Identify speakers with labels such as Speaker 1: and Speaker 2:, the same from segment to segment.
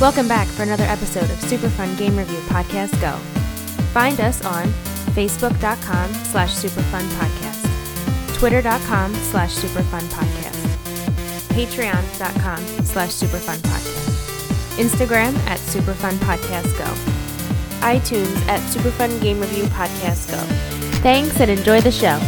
Speaker 1: Welcome back for another episode of Super Fun Game Review Podcast Go. Find us on facebook.com slash superfunpodcast, twitter.com slash superfunpodcast, patreon.com slash superfunpodcast, Instagram at superfunpodcastgo, iTunes at Superfun Game Review Podcast Go. Thanks and enjoy the show.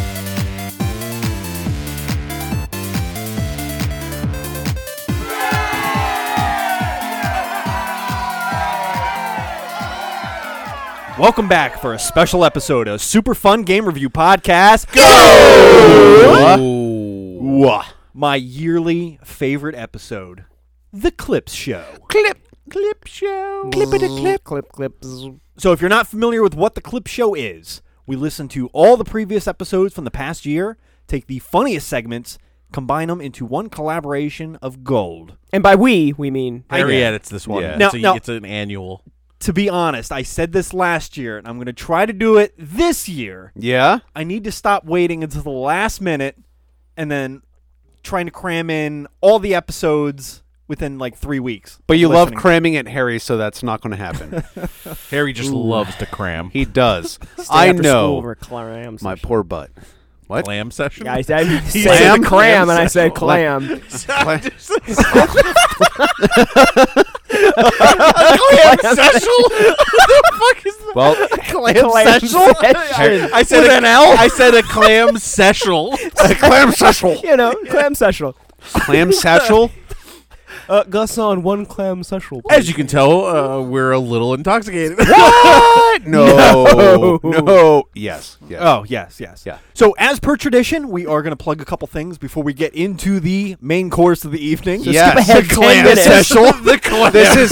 Speaker 2: Welcome back for a special episode of Super Fun Game Review Podcast. Go! My yearly favorite episode, The Clips Show.
Speaker 3: clip clip show clip it a clip clip clip zzz.
Speaker 2: So, if you're not familiar with what The Clip Show is, we listen to all the previous episodes from the past year, take the funniest segments, combine them into one collaboration of gold.
Speaker 3: and by we we mean
Speaker 4: Harry
Speaker 2: Yeah.
Speaker 4: edits this one.
Speaker 5: Yeah.
Speaker 2: Now-
Speaker 4: it's, a,
Speaker 2: now-
Speaker 4: it's an annual.
Speaker 2: To be honest, I said this last year, and I'm going to try to do it this year.
Speaker 5: Yeah.
Speaker 2: I need to stop waiting until the last minute and then trying to cram in all the episodes within like three weeks.
Speaker 5: But you love
Speaker 2: Listening.
Speaker 5: cramming at Harry, so that's not going to happen.
Speaker 4: Harry just loves to cram.
Speaker 5: he does.
Speaker 3: Stay
Speaker 5: I
Speaker 3: after school
Speaker 5: know.
Speaker 3: over clam
Speaker 5: My
Speaker 3: session.
Speaker 5: poor butt. What?
Speaker 4: Clam session.
Speaker 3: yeah, I said I said
Speaker 5: Clam?
Speaker 3: the clam
Speaker 5: Clam
Speaker 3: and I said
Speaker 5: session.
Speaker 3: clam
Speaker 5: Cla-
Speaker 4: clam session.
Speaker 5: well,
Speaker 3: Clam
Speaker 5: Harry-
Speaker 3: session.
Speaker 4: I said an L. I said a clam session.
Speaker 5: a clam satchel.
Speaker 3: you know clam session
Speaker 5: Clam satchel?
Speaker 3: uh gus on one clam session
Speaker 4: As you can tell, uh, we're a little intoxicated.
Speaker 5: What? No.
Speaker 3: No.
Speaker 5: No. Yes. Yes.
Speaker 2: Oh, yes, yes.
Speaker 5: Yeah.
Speaker 2: So, as per tradition, we are going to plug a couple things before we get into the main course of the evening.
Speaker 5: yes.
Speaker 3: skip ahead 10 minutes.
Speaker 5: the clam this is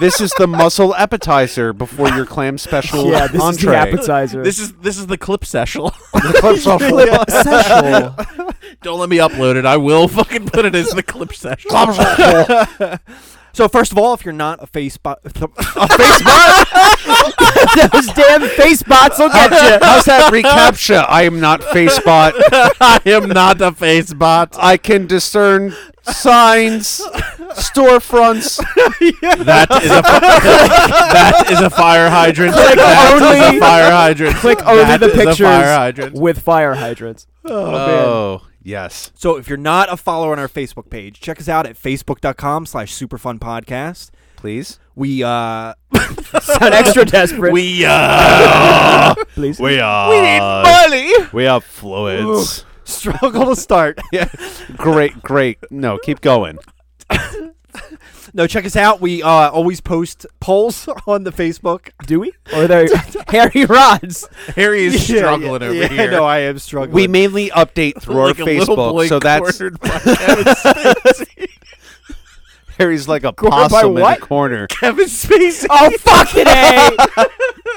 Speaker 5: this is the muscle appetizer before your clam special
Speaker 3: yeah this is
Speaker 5: entree.
Speaker 3: the appetizer
Speaker 4: this is this is the clip session.
Speaker 5: The clam satchel.
Speaker 3: session
Speaker 4: Don't let me upload it. I will fucking put it as the clip session.
Speaker 5: Clam satchel.
Speaker 2: So, first of all, if you're not a Facebook,
Speaker 3: those damn face bots will get you
Speaker 5: How's that recaptcha? I am not Facebot.
Speaker 4: I am not a face bot.
Speaker 5: I can discern signs, storefronts.
Speaker 4: That is a that is a fire hydrant.
Speaker 3: Click
Speaker 4: That is
Speaker 3: only-
Speaker 4: a fire hydrant.
Speaker 3: click only
Speaker 4: That
Speaker 3: the
Speaker 4: is a
Speaker 3: pictures
Speaker 4: fire hydrant.
Speaker 3: with fire hydrants
Speaker 5: Oh, yes.
Speaker 2: so if you're not a follower on our Facebook page, check us out at facebook.com slash superfunpodcast.
Speaker 5: Please.
Speaker 2: We, uh,
Speaker 3: sound extra desperate
Speaker 4: We uh,
Speaker 3: please
Speaker 5: We are. We need money. We are fluids.
Speaker 2: struggle to start.
Speaker 5: yeah. Great, great. No, keep going.
Speaker 2: No, check us out. We uh, always post polls on the Facebook.
Speaker 3: do we or are they harry rods
Speaker 4: Harry is
Speaker 2: Yeah,
Speaker 4: struggling
Speaker 2: yeah,
Speaker 4: over
Speaker 2: yeah,
Speaker 4: here.
Speaker 2: No, I am struggling.
Speaker 5: We mainly update through
Speaker 4: like
Speaker 5: our
Speaker 4: a little boy
Speaker 5: Facebook, so that's
Speaker 4: cornered by Kevin Spacey.
Speaker 5: Harry's like a
Speaker 3: Cornered by
Speaker 5: possum in the
Speaker 3: what?
Speaker 5: corner.
Speaker 4: Kevin Spacey.
Speaker 3: oh fucking a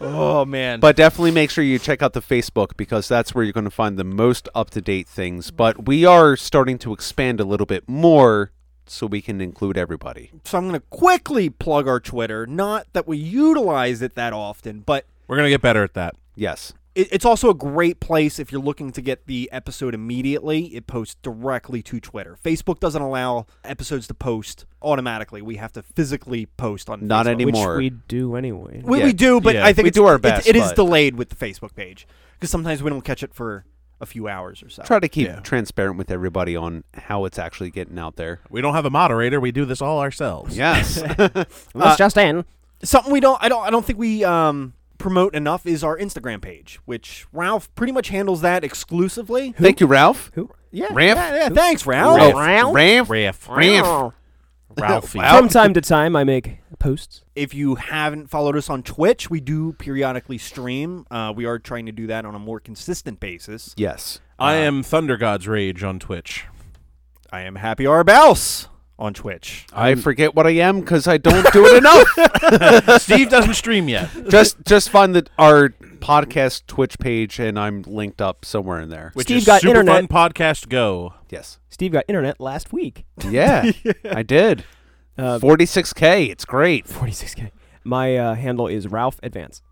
Speaker 2: oh man,
Speaker 5: But definitely make sure you check out the Facebook because that's where you're going to find the most up to date things. But we are starting to expand a little bit more so we can include everybody.
Speaker 2: so I'm going to quickly plug our Twitter. Not that we utilize it that often, but
Speaker 4: We're gonna get better at that.
Speaker 5: Yes.
Speaker 2: it, it's also a great place if you're looking to get the episode immediately. It posts directly to Twitter. Facebook doesn't allow episodes to post automatically. We have to physically post on.
Speaker 5: Not
Speaker 2: Facebook.
Speaker 5: anymore. More.
Speaker 3: we do anyway
Speaker 2: We,
Speaker 5: Yeah.
Speaker 2: we do, but
Speaker 5: Yeah.
Speaker 2: I think
Speaker 5: We
Speaker 2: it's-
Speaker 5: do our
Speaker 2: it-
Speaker 5: best,
Speaker 2: it is
Speaker 5: but-
Speaker 2: delayed with the Facebook page because sometimes we don't catch it for a few hours or so.
Speaker 5: try to keep
Speaker 4: Yeah.
Speaker 5: transparent with everybody on how it's actually getting out there.
Speaker 4: We don't have a moderator. We do this all ourselves.
Speaker 5: Yes.
Speaker 3: That's just in.
Speaker 2: something we don't I don't I don't think we um promote enough is our Instagram page, which Ralph pretty much handles that exclusively.
Speaker 5: Thank you, Ralph.
Speaker 3: Who?
Speaker 2: Yeah,
Speaker 5: Ralph?
Speaker 2: yeah, yeah, thanks, Ralph.
Speaker 3: Ralph.
Speaker 5: Ralph. Ralph.
Speaker 4: Raff.
Speaker 5: Ralph.
Speaker 4: Ralphie.
Speaker 5: Wow.
Speaker 3: From time to time, I make posts.
Speaker 2: If you haven't followed us on Twitch, we do periodically stream. Uh, we are trying to do that on a more consistent basis.
Speaker 5: Yes.
Speaker 4: I am Thunder God's Rage on Twitch.
Speaker 2: I am Happy Arbouse on Twitch.
Speaker 5: I forget what I am because I don't do it enough.
Speaker 4: Steve doesn't stream yet.
Speaker 5: just just find the, our podcast Twitch page and I'm linked up somewhere in there.
Speaker 4: Which
Speaker 3: Steve
Speaker 4: is
Speaker 3: got
Speaker 4: super
Speaker 3: internet.
Speaker 4: Fun podcast go.
Speaker 5: Yes.
Speaker 3: Steve got internet last week.
Speaker 5: Yeah, I did.
Speaker 3: Uh,
Speaker 5: 46K. It's great.
Speaker 3: 46K. My uh, handle is Ralph Advance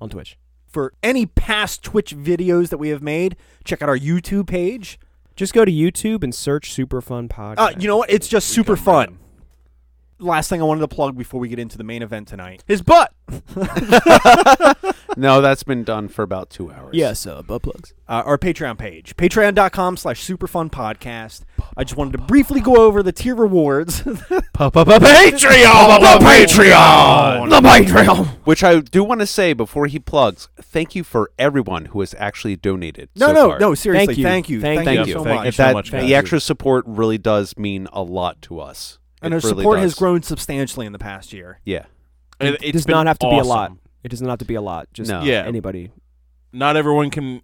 Speaker 3: on Twitch.
Speaker 2: For any past Twitch videos that we have made, check out our YouTube page.
Speaker 3: Just go to YouTube and search Super Fun Podcast.
Speaker 2: Uh, you know what? It's just super fun. last thing I wanted to plug before we get into the main event tonight. His butt.
Speaker 5: No, that's been done for about two hours.
Speaker 3: Yes, uh, butt plugs.
Speaker 2: uh, our Patreon page, patreon.com slash superfunpodcast. I just wanted to briefly go over the tier rewards.
Speaker 4: Patreon, the Patreon, the Patreon.
Speaker 5: Which I do want to say before he plugs, thank you for everyone who has actually donated.
Speaker 2: no,
Speaker 5: so
Speaker 2: no,
Speaker 5: far.
Speaker 2: no, seriously. Thank you. Thank you,
Speaker 5: Thank you.
Speaker 2: so
Speaker 4: Thank-
Speaker 2: much.
Speaker 4: if
Speaker 5: that
Speaker 4: much,
Speaker 5: the
Speaker 4: guys.
Speaker 5: extra support really does mean a lot to us.
Speaker 2: and
Speaker 5: It
Speaker 2: our
Speaker 5: really
Speaker 2: support has
Speaker 5: does.
Speaker 2: grown substantially in the past year.
Speaker 5: Yeah,
Speaker 4: It,
Speaker 3: It
Speaker 4: it's
Speaker 3: does
Speaker 4: been
Speaker 3: not have to be a lot.
Speaker 4: awesome.
Speaker 3: It does not have to be a lot. Just
Speaker 5: No.
Speaker 4: Yeah.
Speaker 3: anybody.
Speaker 4: Not everyone can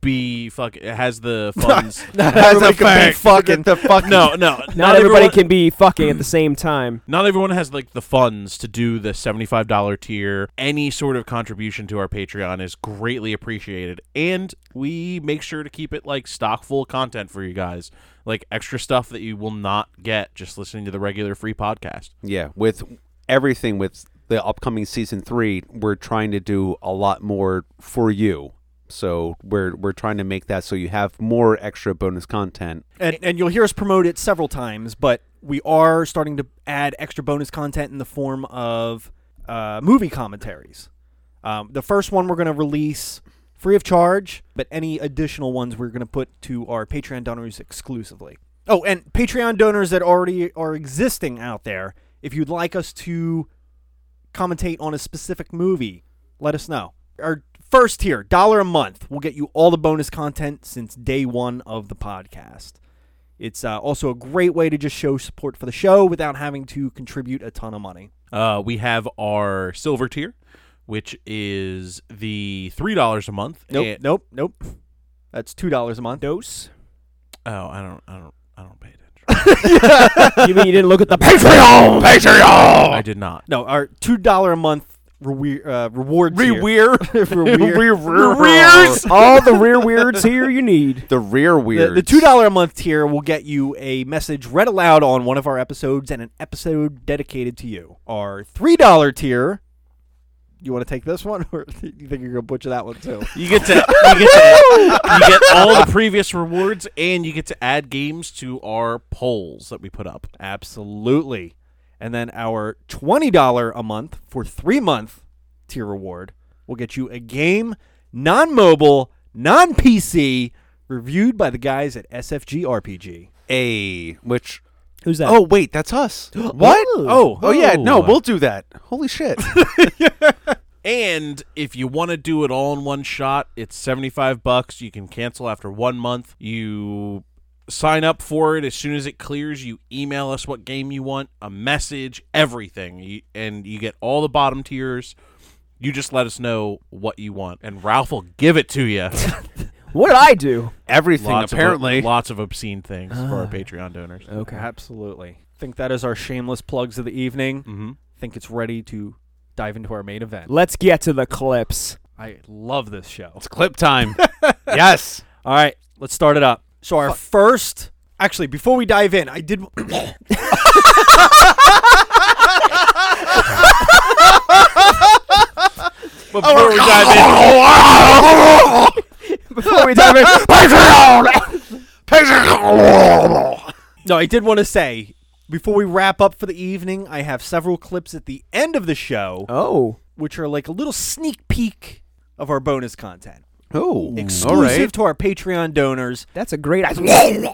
Speaker 4: be fuck has the funds.
Speaker 5: That's
Speaker 2: Everybody can be fucking-
Speaker 5: Get the fuck.
Speaker 4: no, no,
Speaker 3: Not, everybody
Speaker 4: everyone-
Speaker 3: can be fucking at the same time.
Speaker 4: Not everyone has like the funds to do the seventy-five dollar tier. Any sort of contribution to our Patreon is greatly appreciated, and we make sure to keep it like stock full of content for you guys, like extra stuff that you will not get just listening to the regular free podcast.
Speaker 5: Yeah, with everything with the upcoming season three, we're trying to do a lot more for you. So we're we're trying to make that so you have more extra bonus content.
Speaker 2: And, and you'll hear us promote it several times, but we are starting to add extra bonus content in the form of uh, movie commentaries. Um, the first one we're going to release free of charge, but any additional ones we're going to put to our Patreon donors exclusively. Oh, and Patreon donors that already are existing out there, if you'd like us to commentate on a specific movie, let us know. Our first tier, dollar a month, will get you all the bonus content since day one of the podcast. It's uh, also a great way to just show support for the show without having to contribute a ton of money.
Speaker 4: Uh, we have our silver tier, which is the three dollars a month.
Speaker 2: Nope,
Speaker 4: and-
Speaker 2: nope, nope. That's two dollars a month.
Speaker 3: Dose.
Speaker 4: oh, I don't, I don't, I don't pay attention.
Speaker 3: you mean you didn't look at the
Speaker 4: Patreon,
Speaker 3: Oh.
Speaker 4: Patreon. I did not.
Speaker 2: No, our two dollar a month rewe- uh, reward tier.
Speaker 4: Reweir.
Speaker 2: Reweir.
Speaker 4: Reweers.
Speaker 3: all the rear weirds here you need?
Speaker 5: The rear
Speaker 2: The,
Speaker 5: weird.
Speaker 2: the two dollar a month tier will get you a message read aloud on one of our episodes and an episode dedicated to you. Our three dollar tier. You want to take this one, or you think you're gonna butcher that one too?
Speaker 4: You get to you get to you get all the previous rewards, and you get to add games to our polls that we put up.
Speaker 2: Absolutely. And then our $20 a month for three month tier reward will get you a game, non mobile, non PC, reviewed by the guys at SFG RPG.
Speaker 5: A which
Speaker 3: Who's that?
Speaker 5: Oh wait, that's us. what?
Speaker 2: Oh.
Speaker 5: Oh yeah, no,
Speaker 4: Oh.
Speaker 5: we'll do that. Holy shit.
Speaker 4: And if you want to do it all in one shot, it's seventy five bucks. You can cancel after one month. You sign up for it as soon as it clears. You email us what game you want, a message, everything, you, and you get all the bottom tiers. You just let us know what you want, and Ralph will give it to you.
Speaker 3: What did I do?
Speaker 5: Everything
Speaker 4: lots
Speaker 5: apparently.
Speaker 4: of, lots of obscene things for
Speaker 3: Ah.
Speaker 4: our Patreon donors.
Speaker 3: Okay.
Speaker 2: Absolutely. Think that is our shameless plugs of the evening.
Speaker 4: Mm-hmm.
Speaker 2: Think it's ready to dive into our main event.
Speaker 3: Let's get to the clips.
Speaker 2: I love this show.
Speaker 5: it's clip time. yes.
Speaker 2: All right, let's start it up. So our first, actually, before we dive in, I did.
Speaker 4: Before
Speaker 3: Oh,
Speaker 4: we dive in,
Speaker 3: Before we dive in,
Speaker 2: No, I did want to say before we wrap up for the evening, I have several clips at the end of the show,
Speaker 3: oh,
Speaker 2: which are like a little sneak peek of our bonus content,
Speaker 5: Oh.
Speaker 3: Mm,
Speaker 2: exclusive to our Patreon donors.
Speaker 3: that's a great idea. Excuse me,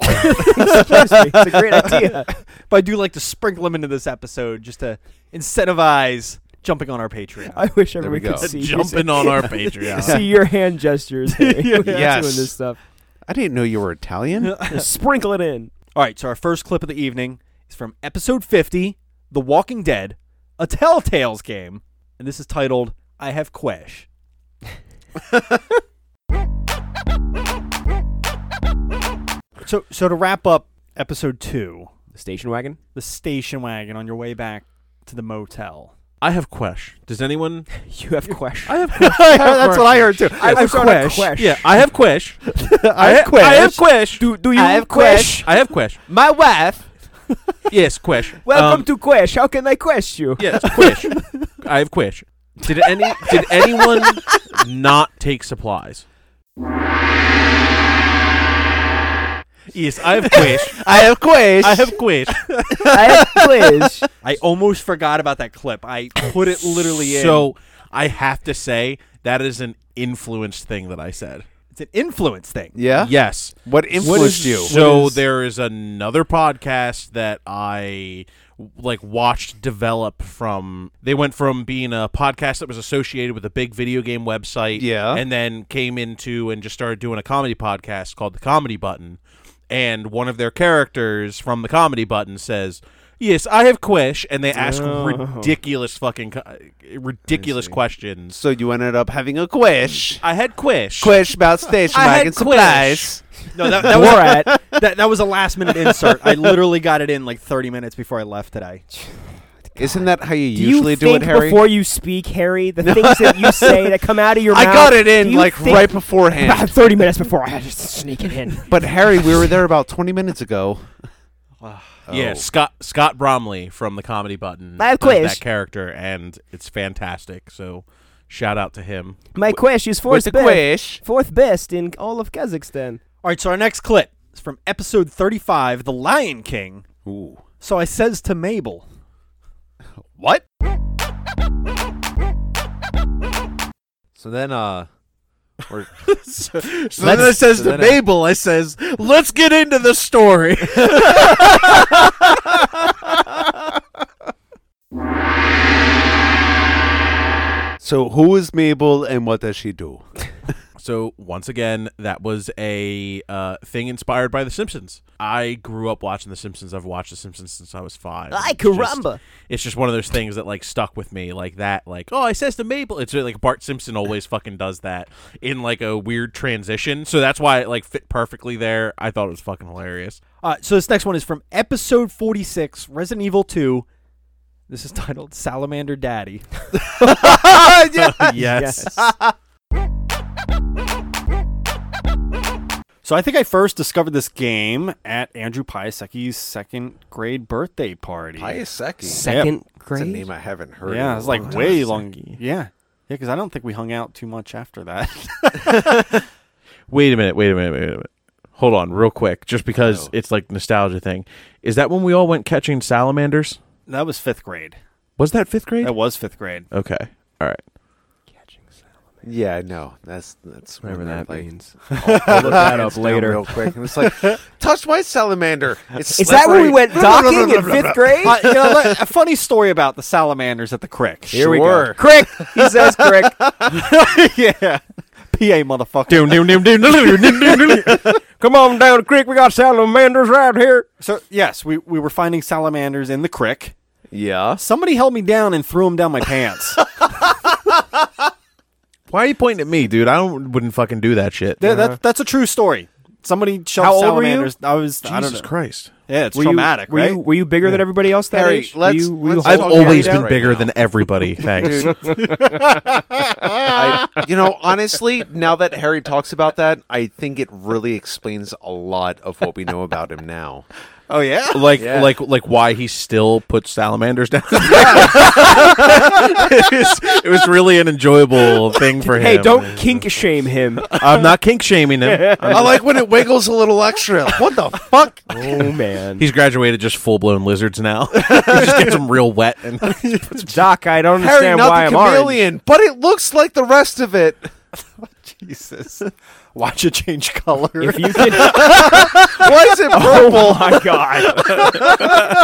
Speaker 3: it's a great idea.
Speaker 2: But I do like to sprinkle them into this episode just to incentivize jumping on our Patreon.
Speaker 3: I wish
Speaker 5: we
Speaker 3: everyone
Speaker 5: go.
Speaker 3: could see
Speaker 4: jumping on our Patreon.
Speaker 3: see your hand gestures. Harry, when you're doing
Speaker 5: Yes.
Speaker 3: this stuff.
Speaker 5: I didn't know you were Italian.
Speaker 3: Just sprinkle it in.
Speaker 2: All right, so our first clip of the evening is from episode 50, The Walking Dead, a Telltales game, and this is titled I Have Quesh. so so to wrap up episode 2,
Speaker 3: The station wagon.
Speaker 2: the station wagon on your way back to the motel.
Speaker 4: I have Quesh. Does anyone?
Speaker 3: You have question.
Speaker 4: I have.
Speaker 2: That's what I heard too.
Speaker 3: I was on a Quesh.
Speaker 4: Yeah, I have Quesh.
Speaker 2: I have Quesh.
Speaker 4: I have Quesh. Do, do
Speaker 3: you I have Quesh?
Speaker 4: I have Quesh.
Speaker 3: My wife.
Speaker 4: Yes, Quesh.
Speaker 3: Welcome
Speaker 4: Um,
Speaker 3: to Quesh. How can I Quesh you?
Speaker 4: Yes, Quesh. I have Quesh. Did any? Did anyone not take supplies? Yes, I have quish.
Speaker 5: I have quiz.
Speaker 4: I have quish.
Speaker 3: I have quiz.
Speaker 2: I almost forgot about that clip. I put it literally in.
Speaker 4: So I have to say that is an influenced thing that I said.
Speaker 2: it's an influence thing.
Speaker 5: Yeah.
Speaker 4: Yes.
Speaker 5: What influenced you?
Speaker 4: So there is another podcast that I like watched develop from they went from being a podcast that was associated with a big video game website
Speaker 5: Yeah.
Speaker 4: and then came into and just started doing a comedy podcast called The Comedy Button and one of their characters from The Comedy Button says Yes, I have quish, and they ask
Speaker 2: Oh.
Speaker 4: ridiculous fucking co- ridiculous questions.
Speaker 5: So you ended up having a quiz.
Speaker 4: I had quish.
Speaker 5: Quiz about station
Speaker 4: I had
Speaker 5: wagon supplies.
Speaker 2: No, that, that was
Speaker 3: Borat.
Speaker 2: that, that was a last minute insert. I literally got it in like 30 minutes before I left today.
Speaker 5: Isn't that how you
Speaker 3: Do
Speaker 5: usually
Speaker 3: you
Speaker 5: do
Speaker 3: think
Speaker 5: it, Harry?
Speaker 3: before you speak, Harry, the things that you say that come out of your
Speaker 5: I
Speaker 3: mouth?
Speaker 5: got it in
Speaker 3: do you
Speaker 5: like
Speaker 3: think-
Speaker 5: right beforehand.
Speaker 3: About 30 minutes before I had to sneak it in.
Speaker 5: But Harry, we were there about 20 minutes ago. Oh.
Speaker 4: Yeah, Scott Scott Bromley from the Comedy Button
Speaker 3: Live
Speaker 4: does
Speaker 3: quiz.
Speaker 4: that character, and it's fantastic. So shout out to him.
Speaker 3: My quiz is
Speaker 5: With
Speaker 3: fourth
Speaker 5: the
Speaker 3: best,
Speaker 5: quiz.
Speaker 3: fourth best in all of Kazakhstan.
Speaker 2: All right, so our next clip is from episode 35, The Lion King.
Speaker 5: Ooh.
Speaker 2: So I says to Mabel,
Speaker 5: What? So then, uh, we're
Speaker 4: So,
Speaker 5: then I says to
Speaker 4: Mabel, I says, "Let's get into the story."
Speaker 5: so who is Mabel and what does she do?
Speaker 4: so once again, that was a uh, thing inspired by The Simpsons. I grew up watching The Simpsons. I've watched The Simpsons since I was five.
Speaker 3: Ay,
Speaker 4: It's just-
Speaker 3: caramba.
Speaker 4: it's just one of those things that like stuck with me, like that. Like, oh, I says to Mabel. It's like Bart Simpson always fucking does that in like a weird transition. So that's why it like fit perfectly there. I thought it was fucking hilarious.
Speaker 2: uh, so this next one is from episode 46, Resident Evil 2. This is titled Salamander Daddy.
Speaker 4: yes.
Speaker 2: So I think I first discovered this game at Andrew Piasecki's second grade birthday party.
Speaker 5: Piasecki.
Speaker 3: Second
Speaker 5: That's a
Speaker 3: grade.
Speaker 5: name I haven't heard.
Speaker 2: yeah,
Speaker 5: in a
Speaker 2: it was like
Speaker 5: long
Speaker 2: way
Speaker 5: time.
Speaker 2: long. Yeah. Yeah, because I don't think we hung out too much after that.
Speaker 4: Wait a minute. Wait a minute. Wait a minute. Hold on, real quick, just because
Speaker 5: Oh.
Speaker 4: it's like nostalgia thing. Is that when we all went catching salamanders?
Speaker 2: that was fifth grade.
Speaker 4: Was that fifth grade?
Speaker 2: That was fifth grade.
Speaker 4: Okay. All right.
Speaker 5: Yeah, no, that's that's
Speaker 3: Whatever
Speaker 5: when they're,
Speaker 3: that
Speaker 5: like,
Speaker 3: means.
Speaker 5: I'll look
Speaker 3: that up
Speaker 5: hands down
Speaker 3: later.
Speaker 5: real quick. And it's like, touch my salamander. It's
Speaker 3: Is that where we
Speaker 5: slippery."
Speaker 3: went docking in fifth grade?
Speaker 2: Uh, you know, like, a funny story about the salamanders at the crick.
Speaker 5: Here we go. Sure.
Speaker 3: Crick. He says crick.
Speaker 2: yeah. PA motherfucker.
Speaker 3: Come on down the creek. We got salamanders right here.
Speaker 2: So, yes, we, we were finding salamanders in the crick.
Speaker 5: Yeah.
Speaker 2: Somebody held me down and threw them down my pants.
Speaker 4: Why are you pointing at me, dude? I don't, wouldn't fucking do that shit.
Speaker 2: Th- that- that's a true story. Somebody shoved
Speaker 5: How old were you?
Speaker 2: salamanders. I was, I don't know.
Speaker 4: Jesus Christ!
Speaker 2: Yeah, it's
Speaker 3: Were
Speaker 2: traumatic,
Speaker 3: you, were
Speaker 2: right?
Speaker 3: You, were you bigger than everybody else that
Speaker 5: Harry,
Speaker 3: age? Were
Speaker 5: let's-
Speaker 3: you- were you
Speaker 5: let's
Speaker 4: I've
Speaker 5: talk
Speaker 3: whole-
Speaker 5: about
Speaker 4: always
Speaker 5: it
Speaker 4: been
Speaker 5: right
Speaker 4: bigger
Speaker 5: now.
Speaker 4: than everybody. Thanks.
Speaker 5: I, you know, honestly, now that Harry talks about that, I think it really explains a lot of what we know about him now.
Speaker 2: oh, yeah?
Speaker 4: like
Speaker 5: Yeah.
Speaker 4: like like why he still puts salamanders down. it, was, it was really an enjoyable thing for him.
Speaker 3: Hey, don't kink shame him.
Speaker 4: I'm not kink shaming him. I'm-
Speaker 5: I like when it wiggles a little extra. What the fuck?
Speaker 3: oh man,
Speaker 4: he's graduated just full blown lizards now. he just gets them real wet and
Speaker 3: Doc. I don't
Speaker 5: Harry,
Speaker 3: understand
Speaker 5: not
Speaker 3: why
Speaker 5: the
Speaker 3: I'm
Speaker 5: chameleon, but it looks like the rest of it.
Speaker 2: Jesus. Watch it change color.
Speaker 3: orange. If you can,
Speaker 5: Why is it purple?
Speaker 3: oh my god.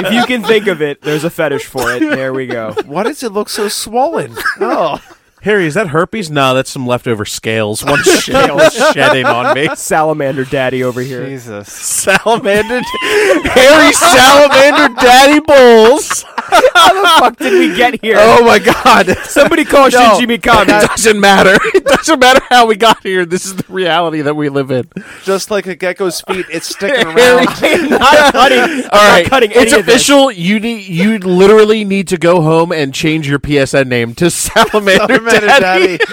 Speaker 3: if you can think of it, there's a fetish for it. There we go.
Speaker 5: Why does it look so swollen? Oh,
Speaker 4: Harry, is that herpes? No, that's some leftover scales. One scale shedding on me.
Speaker 3: Salamander daddy over here.
Speaker 2: Jesus.
Speaker 4: Salamander, Harry Salamander Daddy Bulls.
Speaker 3: fuck did we get here?
Speaker 4: Oh my God!
Speaker 3: Somebody call Shinji Mikami.
Speaker 4: It doesn't matter. It doesn't matter how we got here. This is the reality that we live in.
Speaker 5: just like a gecko's feet, it's sticking
Speaker 4: Harry,
Speaker 5: around.
Speaker 3: I'm not cutting. I'm
Speaker 4: All right,
Speaker 3: not cutting
Speaker 4: it's
Speaker 3: any of this.
Speaker 4: official. You need, you literally need to go home and change your PSN name to Salamander,
Speaker 5: Wait a minute,
Speaker 4: Daddy.
Speaker 5: Daddy.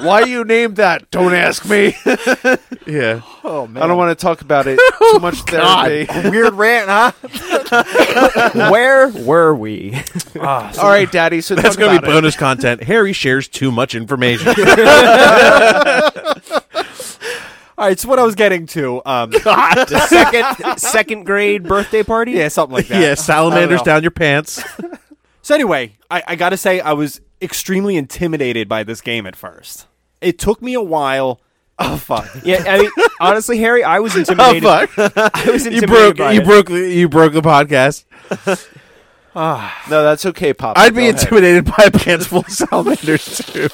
Speaker 5: Why you named that? Don't ask me.
Speaker 4: Yeah,
Speaker 5: I don't want to talk about it. Too much
Speaker 3: Oh,
Speaker 5: therapy.
Speaker 2: Weird rant, huh?
Speaker 3: Where were we?
Speaker 5: All right, Daddy. So
Speaker 4: that's
Speaker 5: talk
Speaker 4: gonna be
Speaker 5: about it.
Speaker 4: bonus content. Harry shares too much information.
Speaker 2: All right, so what I was getting to, um,
Speaker 3: second second grade birthday party.
Speaker 2: yeah, something like that.
Speaker 4: yeah, salamanders
Speaker 2: know.
Speaker 4: down your pants.
Speaker 2: So anyway, I, I gotta say I was extremely intimidated by this game at first. It took me a while. Oh fuck!
Speaker 3: Yeah, I mean, honestly, Harry, I was
Speaker 4: Oh,
Speaker 3: intimidated. I was
Speaker 4: you
Speaker 3: intimidated
Speaker 4: broke
Speaker 3: by
Speaker 4: you
Speaker 3: it.
Speaker 4: broke you broke the podcast.
Speaker 5: No, that's okay, Pop.
Speaker 4: I'd be intimidated by a pants full of salamanders too.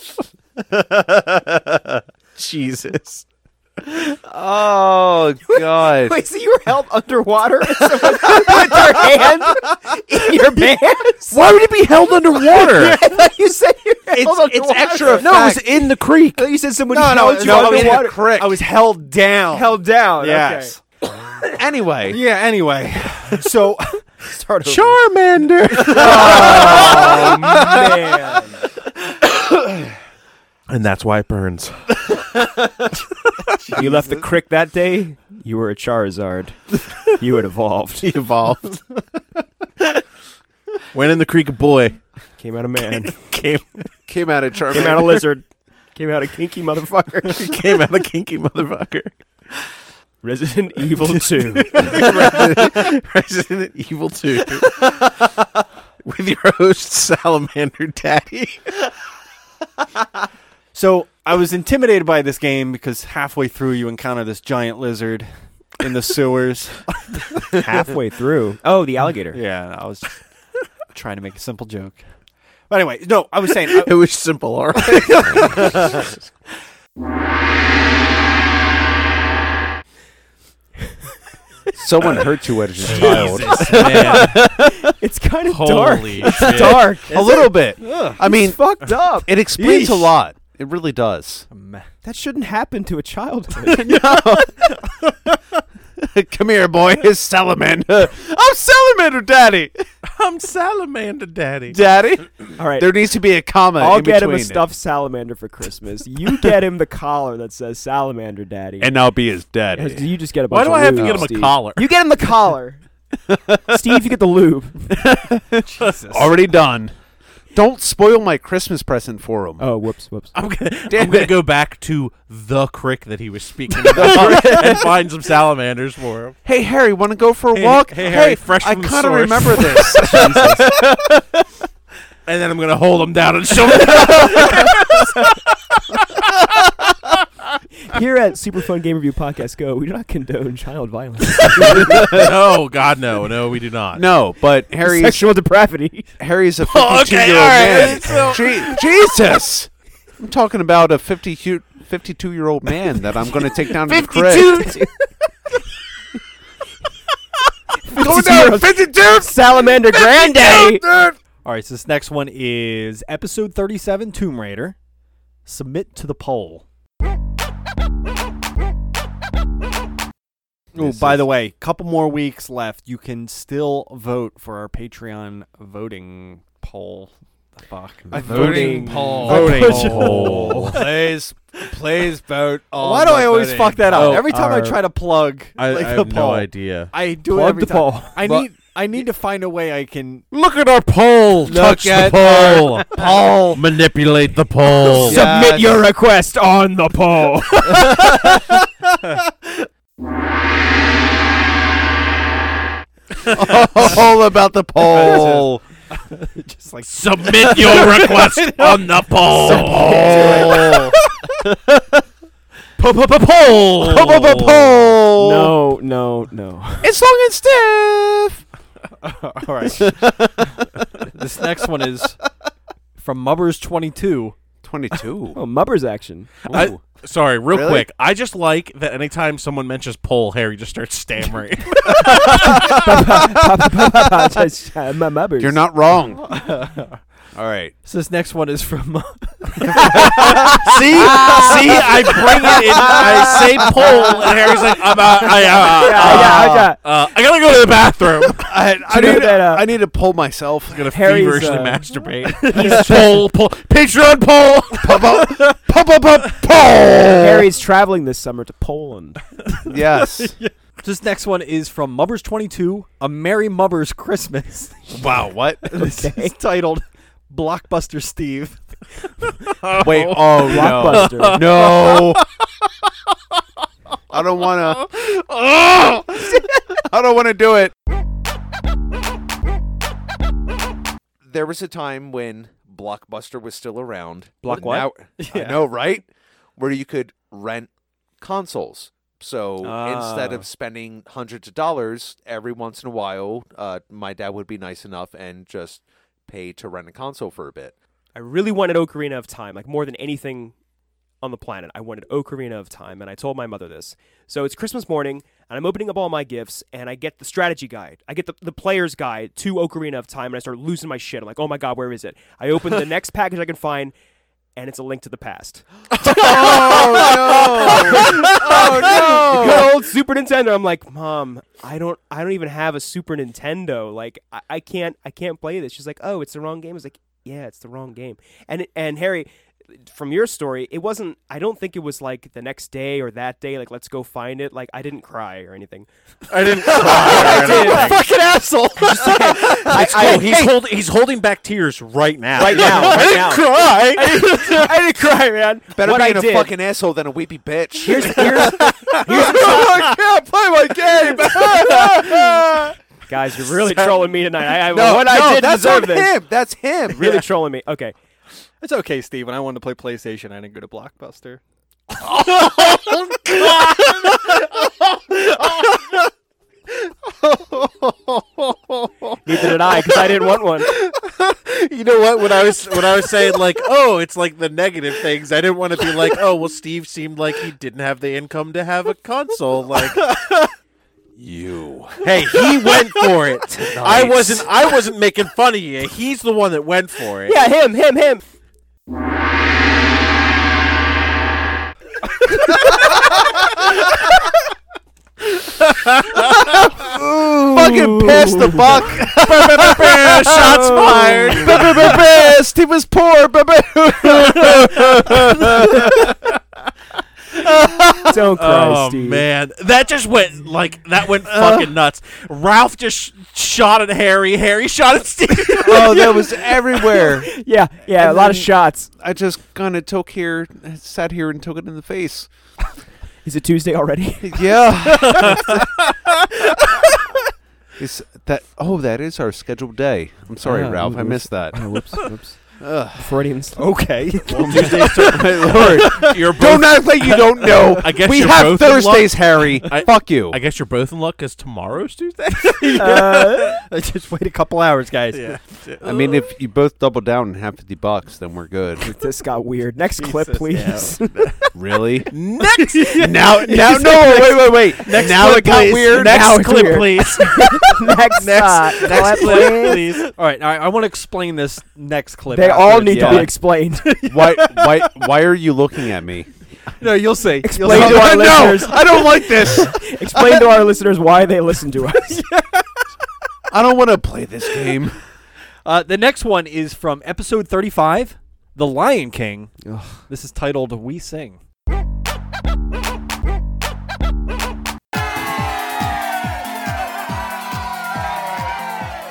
Speaker 4: Jesus.
Speaker 5: Oh God.
Speaker 3: Wait, so you were held underwater? and Someone put their hand in your pants?
Speaker 4: Why would it be held underwater?
Speaker 3: I thought you said you were held
Speaker 5: it's
Speaker 3: underwater.
Speaker 5: extra
Speaker 4: No, it was in the creek.
Speaker 3: I thought you said someone
Speaker 5: No, no,
Speaker 3: held you
Speaker 5: no, I mean,
Speaker 3: underwater.
Speaker 5: correct.
Speaker 2: I was held down.
Speaker 3: held down.
Speaker 2: yes.
Speaker 5: anyway.
Speaker 2: Yeah. Anyway, so
Speaker 3: Okay. Start over. Oh,
Speaker 4: Charmander.
Speaker 3: Man.
Speaker 4: and that's why it burns.
Speaker 3: you left the crick that day. You were a Charizard. You had evolved.
Speaker 4: He evolved. Went in the creek a boy.
Speaker 3: Came out a man.
Speaker 4: Came
Speaker 5: came out of
Speaker 3: Came out a lizard. Came out a kinky motherfucker.
Speaker 4: came out a kinky motherfucker.
Speaker 3: Resident Evil 2.
Speaker 4: Resident Evil 2. With your host, Salamander Daddy.
Speaker 2: so I was intimidated by this game because halfway through you encounter this giant lizard in the sewers.
Speaker 3: Halfway through. Oh, the alligator.
Speaker 2: Yeah, I was trying to make a simple joke. But anyway, no, I was saying uh, I-
Speaker 4: It was simple, all right?
Speaker 5: Someone hurt you as a child.
Speaker 3: It's kind of
Speaker 4: Holy shit.
Speaker 3: dark.
Speaker 5: a little bit. I mean,
Speaker 3: fucked up.
Speaker 5: it explains a
Speaker 2: Yeesh.
Speaker 5: lot. It really does.
Speaker 3: That shouldn't happen to a childhood.
Speaker 5: Come here, boy. It's salamander. I'm salamander, daddy.
Speaker 4: I'm Salamander Daddy.
Speaker 5: Daddy.
Speaker 3: All right.
Speaker 5: There needs to be a comma.
Speaker 3: I'll
Speaker 5: in
Speaker 3: get him a
Speaker 5: between it.
Speaker 3: stuffed salamander for Christmas. You get him the collar that says salamander daddy.
Speaker 5: and I'll be his
Speaker 3: Yes,
Speaker 5: daddy.
Speaker 3: you just get a bunch
Speaker 4: Why do
Speaker 3: of
Speaker 4: I have to
Speaker 3: lube,
Speaker 4: get him
Speaker 3: Steve.
Speaker 4: a collar?
Speaker 3: You get him the collar. Steve, you get the lube.
Speaker 4: Oh,
Speaker 5: Already done. Don't spoil my Christmas present for him.
Speaker 3: Oh, whoops, whoops.
Speaker 4: I'm gonna,
Speaker 5: Damn
Speaker 4: I'm gonna
Speaker 5: it.
Speaker 4: go back to the crick that he was speaking about and find some salamanders for him.
Speaker 5: Hey Harry, want to go for a
Speaker 4: Hey,
Speaker 5: walk?
Speaker 4: hey, Harry, fresh
Speaker 5: I
Speaker 4: from the
Speaker 5: kinda
Speaker 4: source.
Speaker 5: remember this.
Speaker 4: And then I'm gonna hold him down and show him.
Speaker 3: Here at Super Fun Game Review Podcast Go, we do not condone child violence,
Speaker 4: no, God, no, no, we do not.
Speaker 5: no, but Harry, is-
Speaker 3: sexual depravity.
Speaker 5: Harry's a
Speaker 4: Oh, okay,
Speaker 5: 52 year
Speaker 4: all
Speaker 5: old man.
Speaker 4: right, so-
Speaker 5: Je- Jesus, I'm talking about a 52 year old man that I'm going to take down to the crib.
Speaker 4: 52.
Speaker 5: Go down, 52.
Speaker 3: Salamander granddaddy.
Speaker 2: All right, so this next one is episode 37 Tomb Raider. Submit to the poll. Oh,
Speaker 5: This
Speaker 2: by
Speaker 5: is-
Speaker 2: the way, couple more weeks left. You can still vote for our Patreon voting poll. The fuck.
Speaker 3: Voting poll.
Speaker 2: Voting
Speaker 3: Voting
Speaker 2: poll.
Speaker 5: please, please vote.
Speaker 2: Why do I always fuck that up?
Speaker 4: Oh,
Speaker 2: Every time I
Speaker 4: our-
Speaker 2: try to plug
Speaker 4: I,
Speaker 2: like
Speaker 4: I
Speaker 2: the
Speaker 4: have
Speaker 2: poll,
Speaker 4: no idea.
Speaker 2: I do it
Speaker 3: Plug
Speaker 2: every
Speaker 3: the
Speaker 2: time.
Speaker 3: poll.
Speaker 2: I
Speaker 4: But-
Speaker 2: need I need to find a way I can
Speaker 4: Look at our poll.
Speaker 5: Look
Speaker 4: Touch
Speaker 5: at
Speaker 4: the poll. poll. Manipulate the poll.
Speaker 5: Yeah.
Speaker 3: Submit your request on the poll.
Speaker 5: all about the poll.
Speaker 2: just like
Speaker 4: Submit your request on the poll. Poll. Poll.
Speaker 5: poll.
Speaker 3: no, no, no.
Speaker 5: It's long and stiff.
Speaker 2: All right. this next one is from Mubbers 22.
Speaker 5: Twenty-two.
Speaker 3: Oh, Mubbers action.
Speaker 4: I, sorry, real
Speaker 5: Really?
Speaker 4: quick. I just like that anytime someone mentions poll, Harry just starts stammering.
Speaker 3: Just, uh, my Mubbers.
Speaker 5: You're not wrong. all right.
Speaker 2: So this next one is from
Speaker 4: see, see, I bring it in. I say poll, and Harry's like, I'm out. I, uh,
Speaker 3: Yeah,
Speaker 4: uh,
Speaker 3: yeah, yeah.
Speaker 4: uh, I gotta go to the bathroom.
Speaker 5: I, I,
Speaker 3: know
Speaker 5: need,
Speaker 3: that, uh,
Speaker 5: I need to pull myself.
Speaker 4: I'm gonna
Speaker 3: Harry's,
Speaker 4: feverishly
Speaker 3: uh,
Speaker 4: masturbate. poll, poll, Patreon poll.
Speaker 5: pop up, pop up, up, poll.
Speaker 3: Harry's traveling this summer to Poland.
Speaker 5: Yes.
Speaker 2: This next one is from Mubbers 22, A Merry Mubbers Christmas.
Speaker 5: wow. What?
Speaker 2: This is titled Blockbuster Steve.
Speaker 5: Wait. Oh no.
Speaker 3: Blockbuster.
Speaker 5: No. I don't want to. I don't want to do it. There was a time when Blockbuster was still around.
Speaker 2: Block what?
Speaker 5: Now,
Speaker 2: Yeah.
Speaker 5: I know, right? Where you could rent consoles. So instead
Speaker 2: Ah.
Speaker 5: of spending hundreds of dollars every once in a while, uh, my dad would be nice enough and just pay to rent a console for a bit.
Speaker 3: I really wanted Ocarina of Time, like more than anything on the planet. I wanted Ocarina of Time, and I told my mother this. So it's Christmas morning, and I'm opening up all my gifts, and I get the strategy guide. I get the, the player's guide to Ocarina of Time, and I start losing my shit. I'm like, oh my God, where is it? I open the next package I can find, and it's a link to the past. oh no! oh no! Good old Super Nintendo. I'm like, Mom, I don't I don't even have a Super Nintendo. Like I, I can't I can't play this. She's like, Oh, it's the wrong game. I was like, Yeah, it's the wrong game. And it- and Harry from your story, it wasn't I don't think it was like the next day or that day, like let's go find it. Like I didn't cry or anything.
Speaker 4: I didn't. I did.
Speaker 2: Fucking asshole.
Speaker 4: It's
Speaker 3: "Oh,
Speaker 4: cool. Oh, he's, hold, he's holding back tears right now.
Speaker 3: Right now, right now.
Speaker 4: cry.
Speaker 3: I didn't cry, man.
Speaker 5: Better
Speaker 3: what I
Speaker 5: being a
Speaker 3: did,
Speaker 5: fucking asshole than a weepy bitch.
Speaker 3: here's here's
Speaker 5: I can't play my game.
Speaker 3: guys, you're really trolling me tonight. I, I
Speaker 5: No,
Speaker 3: what I
Speaker 5: no,
Speaker 3: did
Speaker 5: that's
Speaker 3: deserve
Speaker 5: on
Speaker 3: this.
Speaker 5: him. That's him.
Speaker 3: Really trolling me. Okay.
Speaker 2: it's okay, Steve. When I wanted to play PlayStation, I didn't go to Blockbuster.
Speaker 3: Neither did I, because I didn't want one.
Speaker 4: You know what? When I was when I was saying like, oh, it's like the negative things. I didn't want to be like, oh, well, Steve seemed like he didn't have the income to have a console. Like,
Speaker 5: You.
Speaker 4: hey, he went for it. I wasn't. I wasn't making fun of you. He's the one that went for it.
Speaker 3: Yeah, him, him, him.
Speaker 5: Fucking pass the buck.
Speaker 4: Shots
Speaker 3: Oh,
Speaker 4: fired.
Speaker 5: He was poor.
Speaker 3: Don't cry,
Speaker 4: Oh
Speaker 3: Steve. Uh.
Speaker 4: man, that just went like that went fucking nuts. Ralph just sh- shot at Harry. Harry shot at Steve.
Speaker 5: oh, that was everywhere.
Speaker 3: Yeah, yeah, a lot of
Speaker 5: then-
Speaker 3: shots.
Speaker 5: I just kind of took here, sat here and took it in the face.
Speaker 3: Is it Tuesday already?
Speaker 5: Yeah. Is that? Oh, that is our scheduled day. I'm sorry,
Speaker 3: Yeah,
Speaker 5: Ralph. I
Speaker 3: oops.
Speaker 5: missed that.
Speaker 3: whoops, whoops.
Speaker 5: Ugh.
Speaker 3: Freudian slip.
Speaker 2: Okay.
Speaker 5: My lord.
Speaker 4: You're both.
Speaker 5: Don't act like you don't know.
Speaker 4: I guess
Speaker 5: we
Speaker 4: you're
Speaker 5: have
Speaker 4: both in luck.
Speaker 5: Thursdays, Harry.
Speaker 4: I-
Speaker 5: Fuck you.
Speaker 4: I guess you're both in luck because tomorrow's Tuesday.
Speaker 3: Uh,
Speaker 2: Just wait a couple hours, guys.
Speaker 5: I mean, if you both double down and have 50 bucks, then we're good.
Speaker 3: This got weird. Next clip, please.
Speaker 5: really?
Speaker 4: Next,
Speaker 5: now, now, no, wait, wait, wait.
Speaker 4: next
Speaker 5: now
Speaker 4: clip,
Speaker 5: it got
Speaker 4: please.
Speaker 5: weird.
Speaker 4: Next
Speaker 3: Now it's
Speaker 4: clip,
Speaker 3: weird.
Speaker 4: please.
Speaker 3: next uh, clip, please.
Speaker 4: please.
Speaker 2: All right. All right. I want to explain this next clip.
Speaker 3: They all
Speaker 2: afterwards.
Speaker 3: need
Speaker 5: yeah.
Speaker 3: to be explained.
Speaker 5: why, why, why are you looking at me?
Speaker 2: No, you'll see. You'll
Speaker 3: Explain
Speaker 2: see.
Speaker 3: to our listeners.
Speaker 5: I don't like this.
Speaker 3: Explain to our listeners why they listen to us.
Speaker 5: I don't want to play this game.
Speaker 2: Uh, the next one is from episode 35, The Lion King. This is titled We Sing.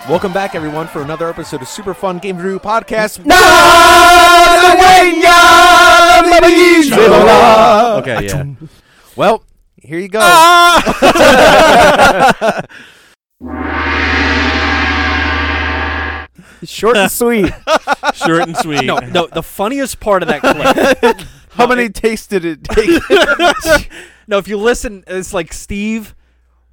Speaker 5: Welcome back, everyone, for another episode of Super Fun Game Review Podcast.
Speaker 4: Okay, yeah.
Speaker 5: Well, here you go. Ah!
Speaker 3: Short and sweet.
Speaker 4: Short and sweet.
Speaker 2: No, no, the funniest part of that clip.
Speaker 5: How many takes did it take?
Speaker 2: no, if you listen, it's like Steve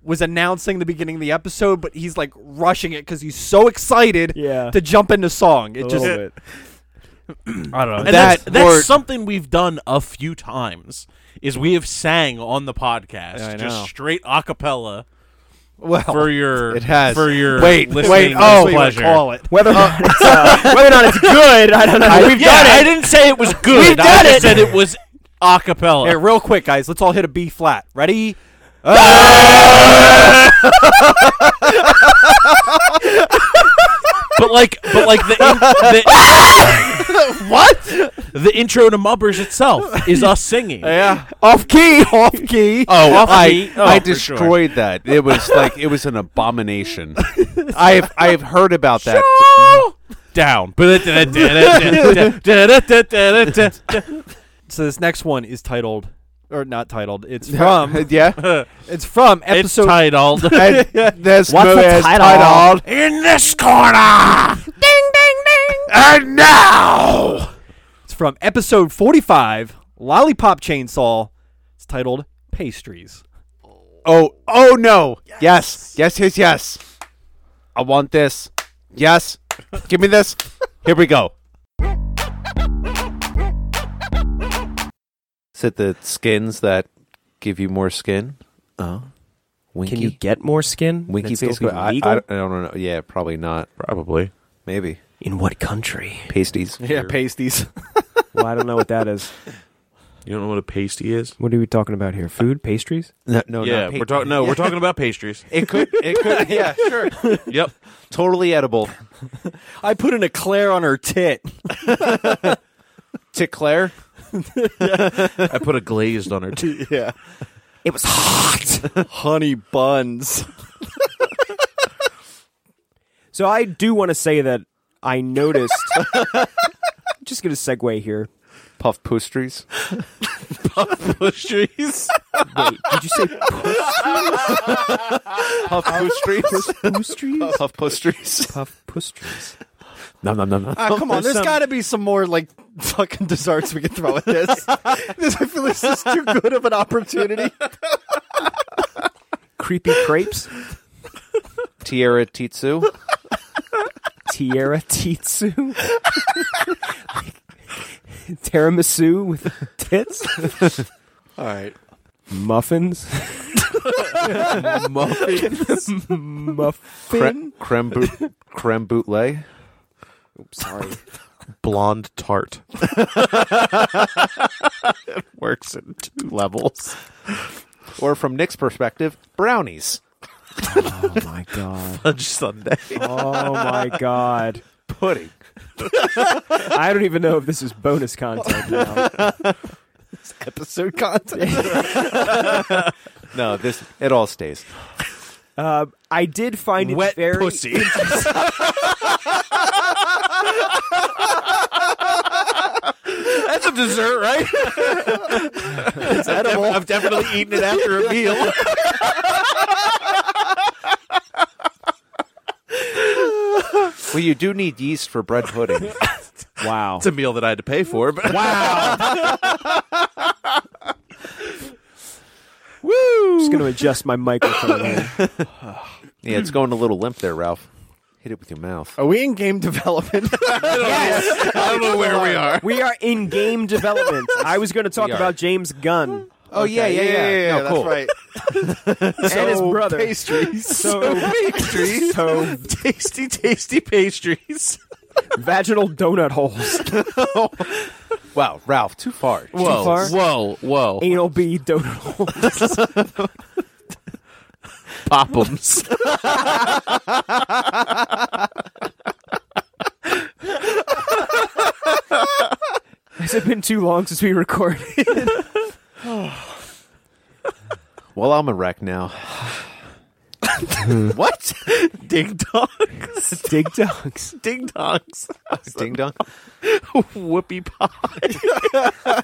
Speaker 2: was announcing the beginning of the episode, but he's like rushing it because he's so excited
Speaker 3: Yeah.
Speaker 2: to jump into song. It
Speaker 3: A
Speaker 2: just,
Speaker 3: little bit.
Speaker 2: I don't know.
Speaker 4: And that's,
Speaker 5: That
Speaker 4: that's
Speaker 5: word-
Speaker 4: something we've done a few times. Is we have sang on the podcast
Speaker 2: I know.
Speaker 4: just straight a cappella
Speaker 2: well,
Speaker 4: for your
Speaker 5: It has.
Speaker 4: for your
Speaker 5: Wait, wait,
Speaker 4: listening
Speaker 5: oh,
Speaker 4: pleasure.
Speaker 2: call it.
Speaker 3: Whether or not it's, uh, whether or not it's good, I don't know. We've
Speaker 4: yeah, I didn't say it was good.
Speaker 2: We've
Speaker 4: I
Speaker 2: done
Speaker 4: just
Speaker 2: it.
Speaker 4: said it was a cappella.
Speaker 2: Hey, real quick, guys, let's all hit a B flat. Ready?
Speaker 4: but like, but like the, in, the what? The intro to Mubbers itself is us singing.
Speaker 2: Yeah.
Speaker 3: off key. Off key.
Speaker 5: Oh,
Speaker 4: Off
Speaker 5: I,
Speaker 4: beat. Oh,
Speaker 5: I
Speaker 4: for sure.
Speaker 5: destroyed that. It was like it was an abomination. I've I've heard about that.
Speaker 4: Down. So
Speaker 2: So this next one is titled or not titled. It's from
Speaker 5: yeah.
Speaker 2: it's from
Speaker 4: It's
Speaker 2: episode
Speaker 4: titled
Speaker 5: And this
Speaker 2: What's the
Speaker 5: movie is
Speaker 2: title?
Speaker 5: titled
Speaker 4: in this corner.
Speaker 5: And Now.
Speaker 2: it's from episode 45 Lollipop Chainsaw. It's titled Pastries.
Speaker 5: Oh, oh no. Yes. Yes, yes, yes. I want this. Yes. Give me this. Here we go. Is it the skins that give you more skin? Oh. Winky.
Speaker 3: Can you get more skin?
Speaker 5: Winky
Speaker 3: that's basically
Speaker 5: Pastries? I,
Speaker 3: legal?
Speaker 5: I, don't- I don't know. Yeah, probably not.
Speaker 4: Probably.
Speaker 5: Maybe.
Speaker 3: In what country?
Speaker 5: Pasties.
Speaker 2: pasties.
Speaker 3: well, I don't know what that is.
Speaker 4: You don't know what a pasty is?
Speaker 3: What are we talking about here? Food, pastries?
Speaker 5: No, no
Speaker 4: yeah,
Speaker 5: not pa-
Speaker 4: we're talking. Oh, No, we're talking about pastries.
Speaker 5: It could, it could, yeah, sure.
Speaker 4: Yep.
Speaker 5: Totally edible.
Speaker 2: I put an eclair on her tit.
Speaker 5: To Claire?
Speaker 4: I put a glazed on her too.
Speaker 2: yeah.
Speaker 3: It was hot.
Speaker 2: Honey buns.
Speaker 3: so I do want to say that I noticed. I'm just gonna segue here.
Speaker 5: Puff Pastries?
Speaker 4: Pastries.
Speaker 3: Wait, did you say
Speaker 5: Puff Pastries?
Speaker 3: pastries?
Speaker 5: Puff Pastries?
Speaker 3: Puff pastries.
Speaker 5: No, no, no, no.
Speaker 2: Ah, come on, there's got to be some more like fucking desserts we can throw at this. this I feel this is too good of an opportunity.
Speaker 3: Creepy crepes.
Speaker 5: Tierra Titsu?
Speaker 3: Tierra Titsu. Tiramisu with tits.
Speaker 4: All right.
Speaker 3: Muffins.
Speaker 4: Muffins.
Speaker 3: Muffin.
Speaker 5: Cre- creme, boot- creme bootleg?
Speaker 3: Sorry.
Speaker 4: Blonde tart. works in two levels.
Speaker 5: Or from Nick's perspective, brownies.
Speaker 3: Oh my god.
Speaker 4: Fudge Sunday.
Speaker 3: Oh my god.
Speaker 5: Pudding.
Speaker 3: I don't even know if this is bonus content now.
Speaker 2: Episode content.
Speaker 5: No, this, it all stays.
Speaker 3: Um, I did find it
Speaker 4: Wet
Speaker 3: very
Speaker 4: pussy. That's a dessert, right? it's edible. I've definitely eaten it after a meal.
Speaker 5: Well, you do need yeast for bread pudding.
Speaker 3: wow.
Speaker 4: It's a meal that I had to pay for, but wow.
Speaker 3: I'm just gonna adjust my microphone. here.
Speaker 5: yeah, it's going a little limp there, Ralph. Hit it with your mouth.
Speaker 2: Are we in game development?
Speaker 4: I don't know where we are.
Speaker 3: We are in game development. I was gonna talk
Speaker 5: We are.
Speaker 3: about James Gunn
Speaker 5: Oh, yeah, yeah, yeah, yeah. No, cool.
Speaker 3: and his brother.
Speaker 2: Pastries.
Speaker 3: So,
Speaker 4: Pastries.
Speaker 3: so
Speaker 4: tasty, tasty pastries.
Speaker 3: vaginal donut holes,
Speaker 5: Wow, Ralph, too far.
Speaker 4: Whoa,
Speaker 3: far?
Speaker 4: whoa, whoa.
Speaker 3: anal bead donut holes.
Speaker 4: Popums.
Speaker 3: Has it been too long since we recorded?
Speaker 5: Well, I'm a wreck now.
Speaker 4: what? Ding dongs.
Speaker 3: Dig dogs.
Speaker 4: Ding dongs.
Speaker 5: Ding dong.
Speaker 4: Whoopie pie.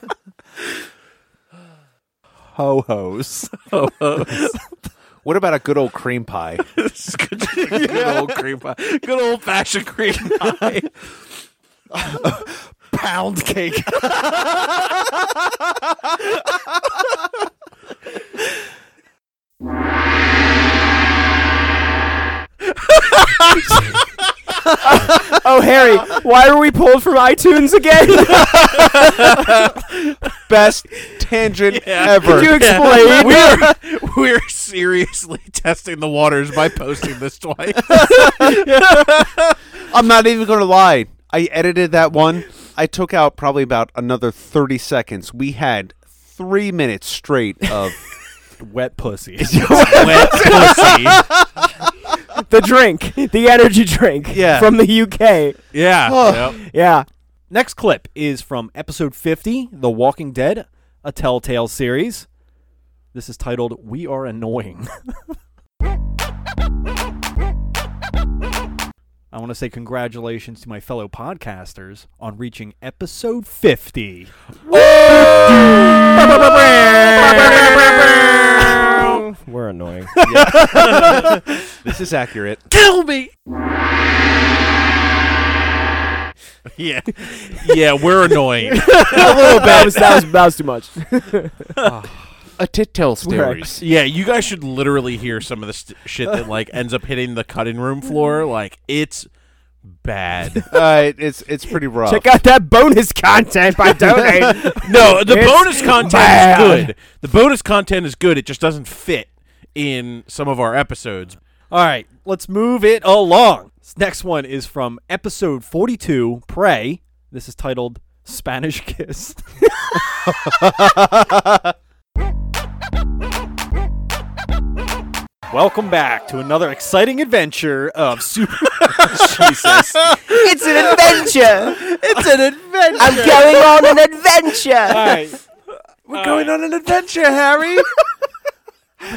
Speaker 2: Ho hos.
Speaker 5: What about a good old cream pie?
Speaker 4: This is good, good old cream pie. Good old fashioned cream pie.
Speaker 2: Pound cake.
Speaker 3: Oh, Harry, why were we pulled from iTunes again? Could
Speaker 5: Best tangent
Speaker 4: Yeah.
Speaker 5: ever.
Speaker 3: you explain?
Speaker 4: We're, we're seriously testing the waters by posting this twice.
Speaker 5: I'm not even going to lie. I edited that one. I took out probably about another 30 seconds. We had three minutes straight of
Speaker 2: Wet pussy.
Speaker 4: Wet pussy.
Speaker 3: the drink, the energy drink
Speaker 5: Yeah.
Speaker 3: from the UK.
Speaker 4: Yeah.
Speaker 3: Yeah.
Speaker 2: Next clip is from episode 50, The Walking Dead, a Telltale series. This is titled We Are Annoying. I want to say congratulations to my fellow podcasters on reaching episode 50.
Speaker 3: We're annoying.
Speaker 5: This is accurate.
Speaker 4: Kill me. Yeah, yeah, we're annoying.
Speaker 3: a little bit. That was, that was, that was too much.
Speaker 5: A tit tell
Speaker 3: Right.
Speaker 5: stories.
Speaker 4: Yeah, you guys should literally hear some of the st- shit that like ends up hitting the cutting room floor. Like it's bad.
Speaker 5: Uh, it's it's pretty rough.
Speaker 3: Check out that bonus content by donating.
Speaker 4: No, the
Speaker 3: It's
Speaker 4: bonus content
Speaker 3: bad.
Speaker 4: is good. The bonus content is good. It just doesn't fit in some of our episodes.
Speaker 2: All right, let's move it along. This next one is from episode 42, Pray. This is titled Spanish Kiss. Welcome back to another exciting adventure of Super. Jesus.
Speaker 3: it's an adventure.
Speaker 2: It's an adventure.
Speaker 3: I'm going on an adventure
Speaker 2: All right.
Speaker 4: We're going on an adventure, Harry.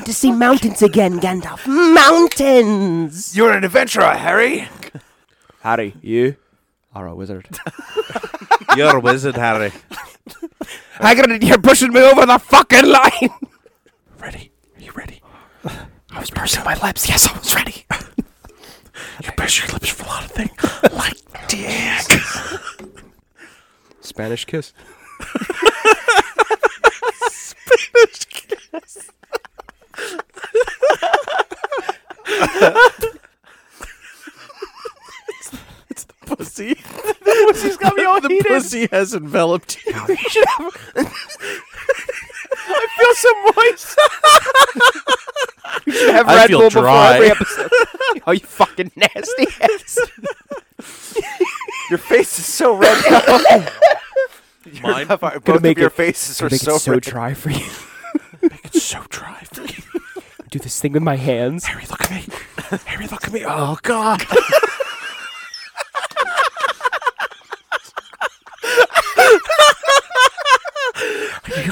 Speaker 3: to see mountains again, Gandalf. Mountains.
Speaker 5: You're an adventurer, Harry.
Speaker 3: Harry, you are a wizard.
Speaker 4: You're a wizard, Harry.
Speaker 3: Hagrid, you're pushing me over the fucking line.
Speaker 4: Ready? Are you ready?
Speaker 3: I was pursing my lips. Yes, I was ready.
Speaker 4: You press your lips for a lot of things. Like dick.
Speaker 3: Spanish kiss.
Speaker 4: Pussy. Pussy's got me all the pussy has enveloped you.
Speaker 3: I feel so moist. you should have
Speaker 4: I
Speaker 3: Red
Speaker 4: feel
Speaker 3: Bull before
Speaker 4: dry.
Speaker 3: every episode. oh, you fucking nasty ass. Your face is so red.
Speaker 4: Mine
Speaker 6: Both of
Speaker 3: make
Speaker 6: your
Speaker 3: it-
Speaker 6: faces are so, red.
Speaker 3: dry for you.
Speaker 4: it's so dry.
Speaker 3: Do this thing with my hands.
Speaker 4: Harry, look at me. Harry, look at me. Oh God.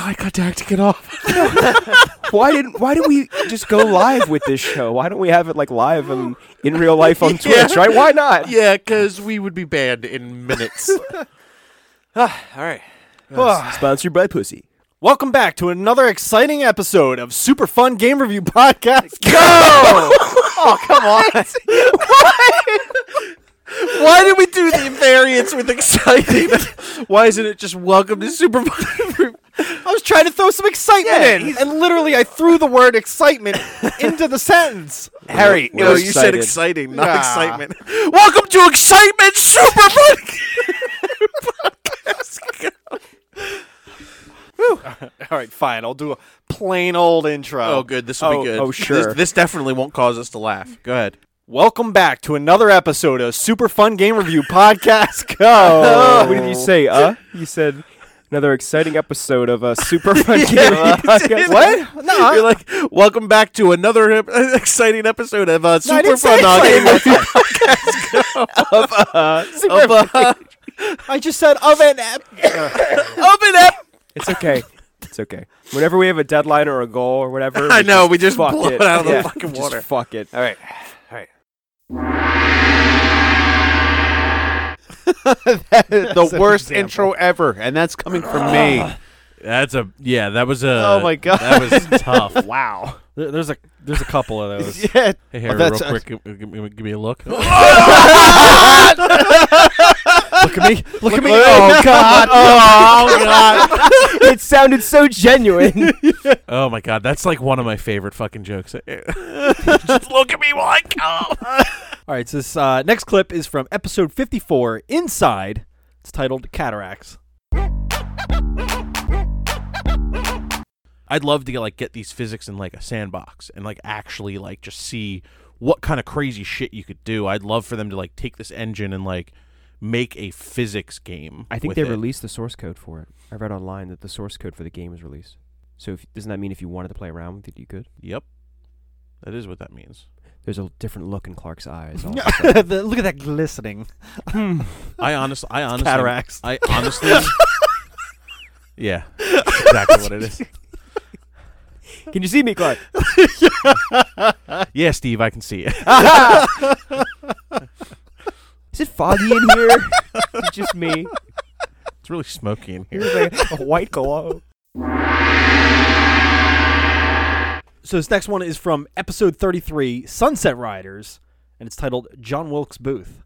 Speaker 4: I got to to get off.
Speaker 3: Why didn't? Why did we just go live with this show? Why don't we have it like live and in real life on
Speaker 4: Yeah.
Speaker 3: Twitch? Right? Why not?
Speaker 4: Yeah, because we would be banned in minutes.
Speaker 6: All right. Ah.
Speaker 3: Sponsored by Pussy.
Speaker 2: Welcome back to another exciting episode of Super Fun Game Review Podcast.
Speaker 4: Why did we do the variants with exciting? Why isn't it just welcome to Super Bowl?
Speaker 2: I was trying to throw some excitement in, and literally I threw the word excitement into the sentence.
Speaker 6: Harry,
Speaker 4: No, you said exciting, not excitement. Welcome to Excitement Super Bowl. Podcast.
Speaker 2: All right, fine. I'll do a plain old intro.
Speaker 4: Oh, good. This will
Speaker 3: Oh,
Speaker 4: be good.
Speaker 3: oh,
Speaker 4: This-
Speaker 3: sure.
Speaker 4: This, definitely won't cause us to laugh. Go ahead.
Speaker 2: Welcome back to another episode of Super Fun Game Review Podcast. Go.
Speaker 4: Oh.
Speaker 3: What did you say? Uh, you said another exciting episode of a super fun game.
Speaker 2: What? No.
Speaker 4: You're like, welcome back to another ep- exciting episode of uh,
Speaker 2: No, I
Speaker 4: Super
Speaker 2: didn't
Speaker 4: Fun
Speaker 2: say
Speaker 4: Dog
Speaker 2: exciting.
Speaker 4: Game.
Speaker 2: Of, uh, I just said of an ep- of an ep-
Speaker 3: It's okay. It's okay. Whenever we have a deadline or a goal or whatever,
Speaker 4: I know, we just
Speaker 3: fuck
Speaker 4: blow it out of the
Speaker 3: Yeah,
Speaker 4: fucking
Speaker 3: just
Speaker 4: water.
Speaker 3: fuck it.
Speaker 6: All right. All right.
Speaker 5: the worst intro ever, and that's coming from me.
Speaker 4: That's a yeah. That was a.
Speaker 5: Oh my God.
Speaker 4: That was tough.
Speaker 3: Wow.
Speaker 2: There- There's a there's a couple of those.
Speaker 5: Yeah, Oh,
Speaker 4: Hey, Harry, real
Speaker 5: that's-
Speaker 4: quick, give, give me, give me a look.
Speaker 2: Look at me. Look at me.
Speaker 3: Oh God.
Speaker 4: oh god!
Speaker 3: it sounded so genuine.
Speaker 4: Oh my god! That's like one of my favorite fucking jokes. Just look at me while I come.
Speaker 2: All right, so this uh, next clip is from episode 54, Inside. It's titled Cataracts.
Speaker 4: I'd love to get, like get these physics in like a sandbox and like actually like just see what kind of crazy shit you could do. I'd love for them to like take this engine and like make a physics game.
Speaker 7: I
Speaker 4: with
Speaker 7: think they
Speaker 4: it.
Speaker 7: released the source code for it. I read online that the source code for the game was released. So if, doesn't that mean if you wanted to play around with it, you could?
Speaker 4: Yep, that is what that means.
Speaker 7: There's a different look in Clark's eyes.
Speaker 3: Oh,
Speaker 7: all of a sudden.
Speaker 2: The- Look at that glistening.
Speaker 4: I honestly, I honestly,
Speaker 2: Cataracts.
Speaker 4: I honestly, yeah, exactly what it is.
Speaker 3: Can you see me, Clark?
Speaker 4: Yeah, Steve, I can see it.
Speaker 3: Is it foggy in here? Is it just me?
Speaker 4: It's really smoky in here.
Speaker 8: Here's like a white glow.
Speaker 7: So this next one is from episode 33, Sunset Riders, and it's titled John Wilkes Booth.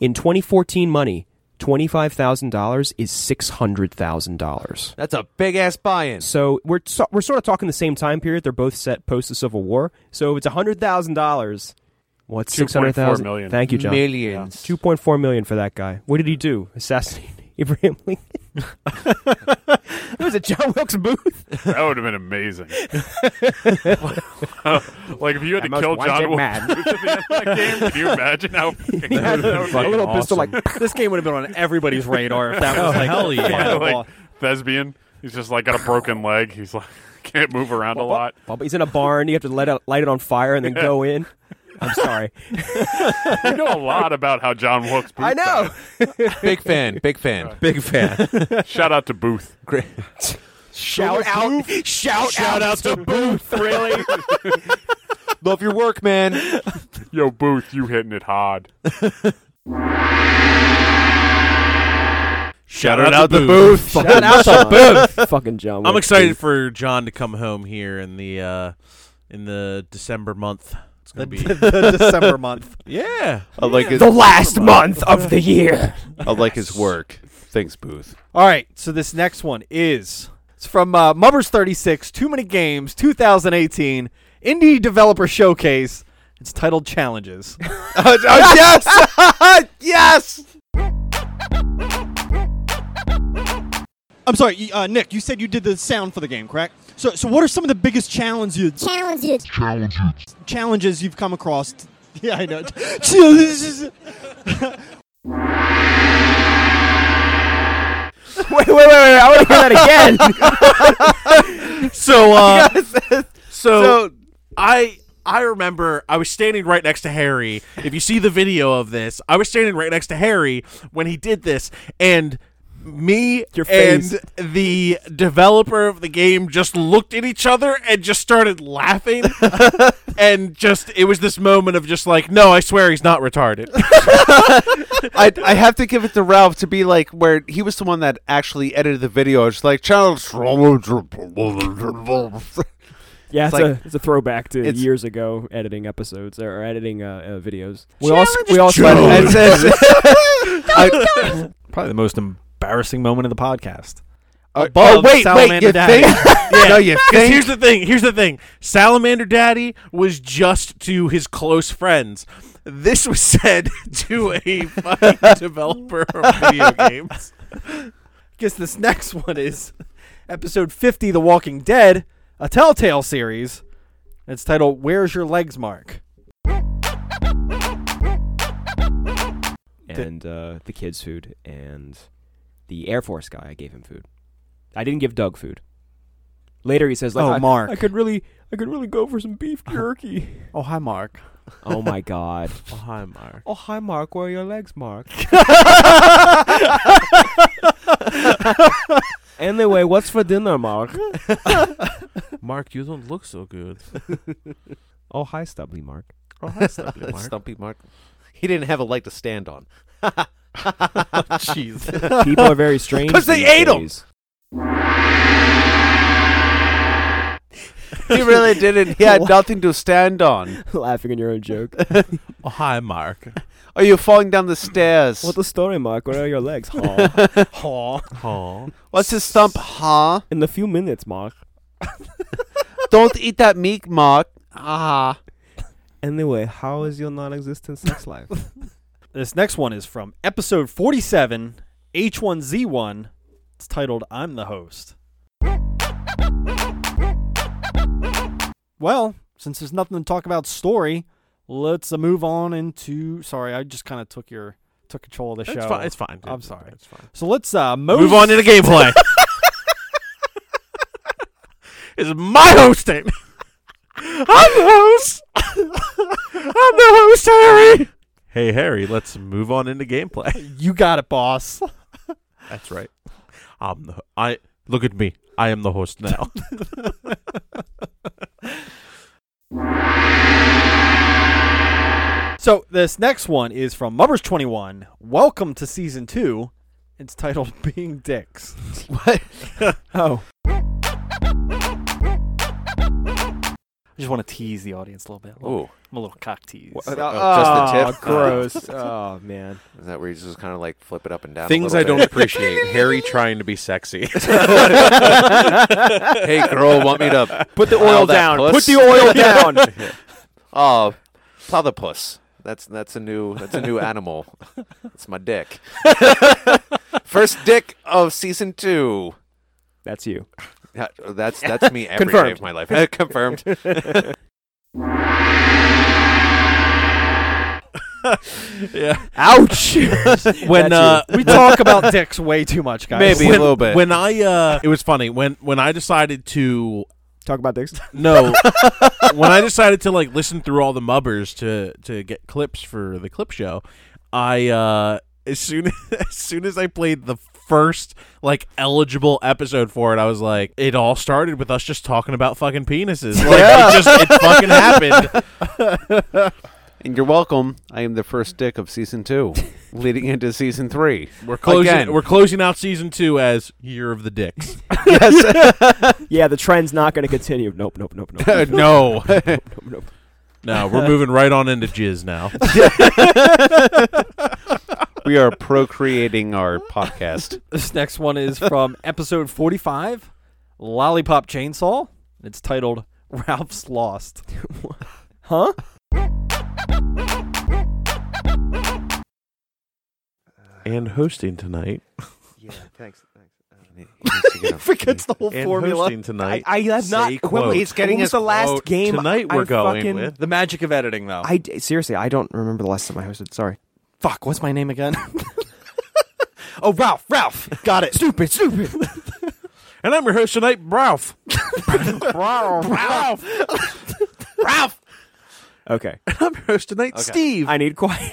Speaker 3: In 2014 money, $25,000 is $600,000.
Speaker 5: That's a big ass buy-in.
Speaker 3: So we're so, we're sort of talking the same time period. They're both set post the Civil War. So if it's hundred thousand dollars. What's six hundred
Speaker 9: 2.4
Speaker 3: thousand?
Speaker 9: million.
Speaker 3: Thank you, John.
Speaker 5: Millions.
Speaker 3: Two point four million for that guy. What did he do? Assassinate Abraham Lincoln? it was a John Wilkes Booth.
Speaker 9: That would have been amazing. like if you had to kill John Wilkes Booth at the end of that game, can you imagine how? fucking-
Speaker 3: Yeah,
Speaker 9: that would be
Speaker 3: a little pistol like
Speaker 4: awesome.
Speaker 7: this game would have been on everybody's radar if that was like
Speaker 4: Oh, hell yeah.
Speaker 9: Yeah,
Speaker 7: fireball.
Speaker 9: like thespian. He's just like got a broken leg. He's like can't move around a lot.
Speaker 3: Well, but he's in a barn. You have to let it, light it on fire and then go in. I'm sorry.
Speaker 9: You know a lot about how John Wilkes Booth.
Speaker 3: I know.
Speaker 5: Big fan. Big fan.
Speaker 4: Big fan.
Speaker 9: died. Shout out to Booth.
Speaker 3: Shout out! Shout, out, to Booth. Really?
Speaker 5: Love your work, man.
Speaker 9: Yo, Booth, you hitting it hard.
Speaker 4: Shout
Speaker 5: out to Booth.
Speaker 3: Shout out to Booth. Fucking John.
Speaker 4: I'm
Speaker 3: Wilkes
Speaker 4: excited
Speaker 3: Booth.
Speaker 4: for John to come home here in the uh, in the December month. It's gonna be
Speaker 7: the December month.
Speaker 4: yeah.
Speaker 5: I like his.
Speaker 3: the last month of the year.
Speaker 5: I like his work. Thanks, Booth.
Speaker 7: All right, so this next one is it's from uh, Mubbers 36, Too Many Games, 2018, Indie Developer Showcase. It's titled Challenges.
Speaker 5: oh yes, yes.
Speaker 2: I'm sorry, y- uh, Nick. You said you did the sound for the game, correct? So, so what are some of the biggest challenges? Challenges. Challenges. Challenges you've come across. t- Yeah, I know. Challenges.
Speaker 3: Wait, wait, wait, wait! I want to hear that again.
Speaker 4: So uh, so I I remember I was standing right next to Harry. If you see the video of this, I was standing right next to Harry when he did this, and me
Speaker 3: Your face.
Speaker 4: and the developer of the game just looked at each other and just started laughing, and just it was this moment of just like, no, I swear he's not retarded.
Speaker 5: I I have to give it to Ralph to be like where he was the one that actually edited the video. It's like challenge.
Speaker 3: Yeah, it's,
Speaker 5: It's
Speaker 3: a, it's a throwback to
Speaker 5: it's-
Speaker 3: years ago editing episodes or editing uh, uh, videos. We also we also
Speaker 5: It's- it's- I-
Speaker 7: Probably the most embarrassing moment of the podcast.
Speaker 5: Uh,
Speaker 7: Above
Speaker 5: oh, wait, wait,
Speaker 7: Salamander
Speaker 5: you
Speaker 7: Daddy.
Speaker 5: think? No, you
Speaker 4: Because
Speaker 5: think?
Speaker 4: here's the thing. Here's the thing. Salamander Daddy was just to his close friends. This was said to a fucking developer of video games.
Speaker 7: guess this next one is episode 50, The Walking Dead, a Telltale series. It's titled Where's Your Legs, Mark?
Speaker 3: and uh, the kids' food and the Air Force guy. I gave him food. I didn't give Doug food. Later he says, like,
Speaker 7: Oh,
Speaker 3: I,
Speaker 7: Mark.
Speaker 3: I could really, I could really go for some beef jerky."
Speaker 7: Oh, hi, Mark.
Speaker 3: oh my god!
Speaker 4: Oh, hi, Mark.
Speaker 3: Oh hi, Mark. Where are your legs, Mark? anyway, what's for dinner, Mark?
Speaker 4: Mark, you don't look so good.
Speaker 3: Oh hi, stubbly Mark.
Speaker 4: Oh, hi, Stubbly Mark.
Speaker 5: Stumpy Mark. He didn't have a leg to stand on. Jeez.
Speaker 3: People are very strange
Speaker 5: 'Cause they
Speaker 3: these
Speaker 5: ate 'em.
Speaker 3: days.
Speaker 5: he really didn't. He had nothing to stand on.
Speaker 3: laughing at your own joke.
Speaker 4: Oh, hi, Mark.
Speaker 5: Are you falling down the stairs?
Speaker 3: What's the story, Mark? Where are your legs? Huh?
Speaker 4: Oh.
Speaker 5: What's his stump? Huh?
Speaker 3: In a few minutes, Mark.
Speaker 5: Don't eat that meat, Mark. Ah.
Speaker 3: Anyway, how is your non-existent sex life?
Speaker 7: This next one is from episode 47, H1Z1. It's titled I'm the Host. Well, since there's nothing to talk about story, let's uh, move on into. Sorry, I just kind of took your took control of the show.
Speaker 4: It's fine. It's fine. dude.
Speaker 7: I'm sorry.
Speaker 4: It's fine.
Speaker 7: So let's uh,
Speaker 4: Move on to the gameplay. Is my hosting. I'm the host. I'm the host, Harry. Hey, Harry, let's move on into gameplay.
Speaker 7: You got it, boss.
Speaker 4: That's right. I'm the I look at me. I am the host now.
Speaker 7: So this next one is from Mubbers Twenty One. Welcome to season two. It's titled "Being Dicks." oh. I just want to tease the audience a little bit. A little,
Speaker 2: Ooh.
Speaker 7: I'm a little cock tease.
Speaker 2: Oh, just
Speaker 4: uh,
Speaker 2: the
Speaker 3: Oh,
Speaker 2: tip.
Speaker 3: gross. oh man.
Speaker 2: Is that where you just kind of like flip it up and down? a
Speaker 4: Things
Speaker 2: little
Speaker 4: I
Speaker 2: bit?
Speaker 4: don't appreciate. Harry trying to be sexy.
Speaker 2: hey, girl, want me to
Speaker 3: Put the
Speaker 2: plow
Speaker 3: oil
Speaker 2: that
Speaker 3: down.
Speaker 2: puss?
Speaker 3: Put the oil down.
Speaker 2: Oh, plow the puss. That's that's a new that's a new animal. That's my dick. First dick of season two.
Speaker 3: That's you.
Speaker 2: Yeah, That's that's me every day
Speaker 3: Confirmed.
Speaker 2: of my life. Confirmed.
Speaker 4: yeah.
Speaker 3: Ouch.
Speaker 4: When uh,
Speaker 7: we talk about dicks way too much, guys.
Speaker 2: Maybe
Speaker 4: when,
Speaker 2: a little bit.
Speaker 4: When I uh, it was funny when when I decided to
Speaker 3: talk about dicks.
Speaker 4: no when I decided to like listen through all the mubbers to to get clips for the clip show, I uh as soon as soon as I played the first like eligible episode for it, I was like, it all started with us just talking about fucking penises. Like it just it fucking happened.
Speaker 5: And you're welcome. I am the first dick of season two, leading into season three.
Speaker 4: We're closing
Speaker 5: Again.
Speaker 4: we're closing out season two as Year of the Dicks.
Speaker 3: Yeah, the trend's not going to continue. Nope, nope, nope, nope. nope,
Speaker 4: no.
Speaker 3: nope, nope.
Speaker 4: No, we're moving right on into jizz now.
Speaker 5: We are procreating our podcast.
Speaker 7: This next one is from episode 45, Lollipop Chainsaw. It's titled Ralph's Lost.
Speaker 3: Huh?
Speaker 4: And hosting tonight.
Speaker 2: yeah, thanks.
Speaker 3: Uh,
Speaker 2: thanks.
Speaker 6: Forgets the whole formula.
Speaker 4: tonight.
Speaker 10: I have not. when-
Speaker 4: Say quote.
Speaker 10: It's getting was the last
Speaker 4: quote.
Speaker 10: game
Speaker 4: Tonight we're
Speaker 10: I
Speaker 4: going
Speaker 10: fucking-
Speaker 4: with-
Speaker 2: The magic of editing, though.
Speaker 10: I d- seriously, I don't remember the last time I hosted. Sorry.
Speaker 6: Fuck, what's my name again?
Speaker 2: oh, Ralph, Ralph.
Speaker 6: Got it. Stupid, stupid.
Speaker 4: And I'm your host tonight, Ralph. Ralph. Ralph.
Speaker 3: Okay.
Speaker 4: And I'm your host tonight, Steve.
Speaker 3: I need quiet.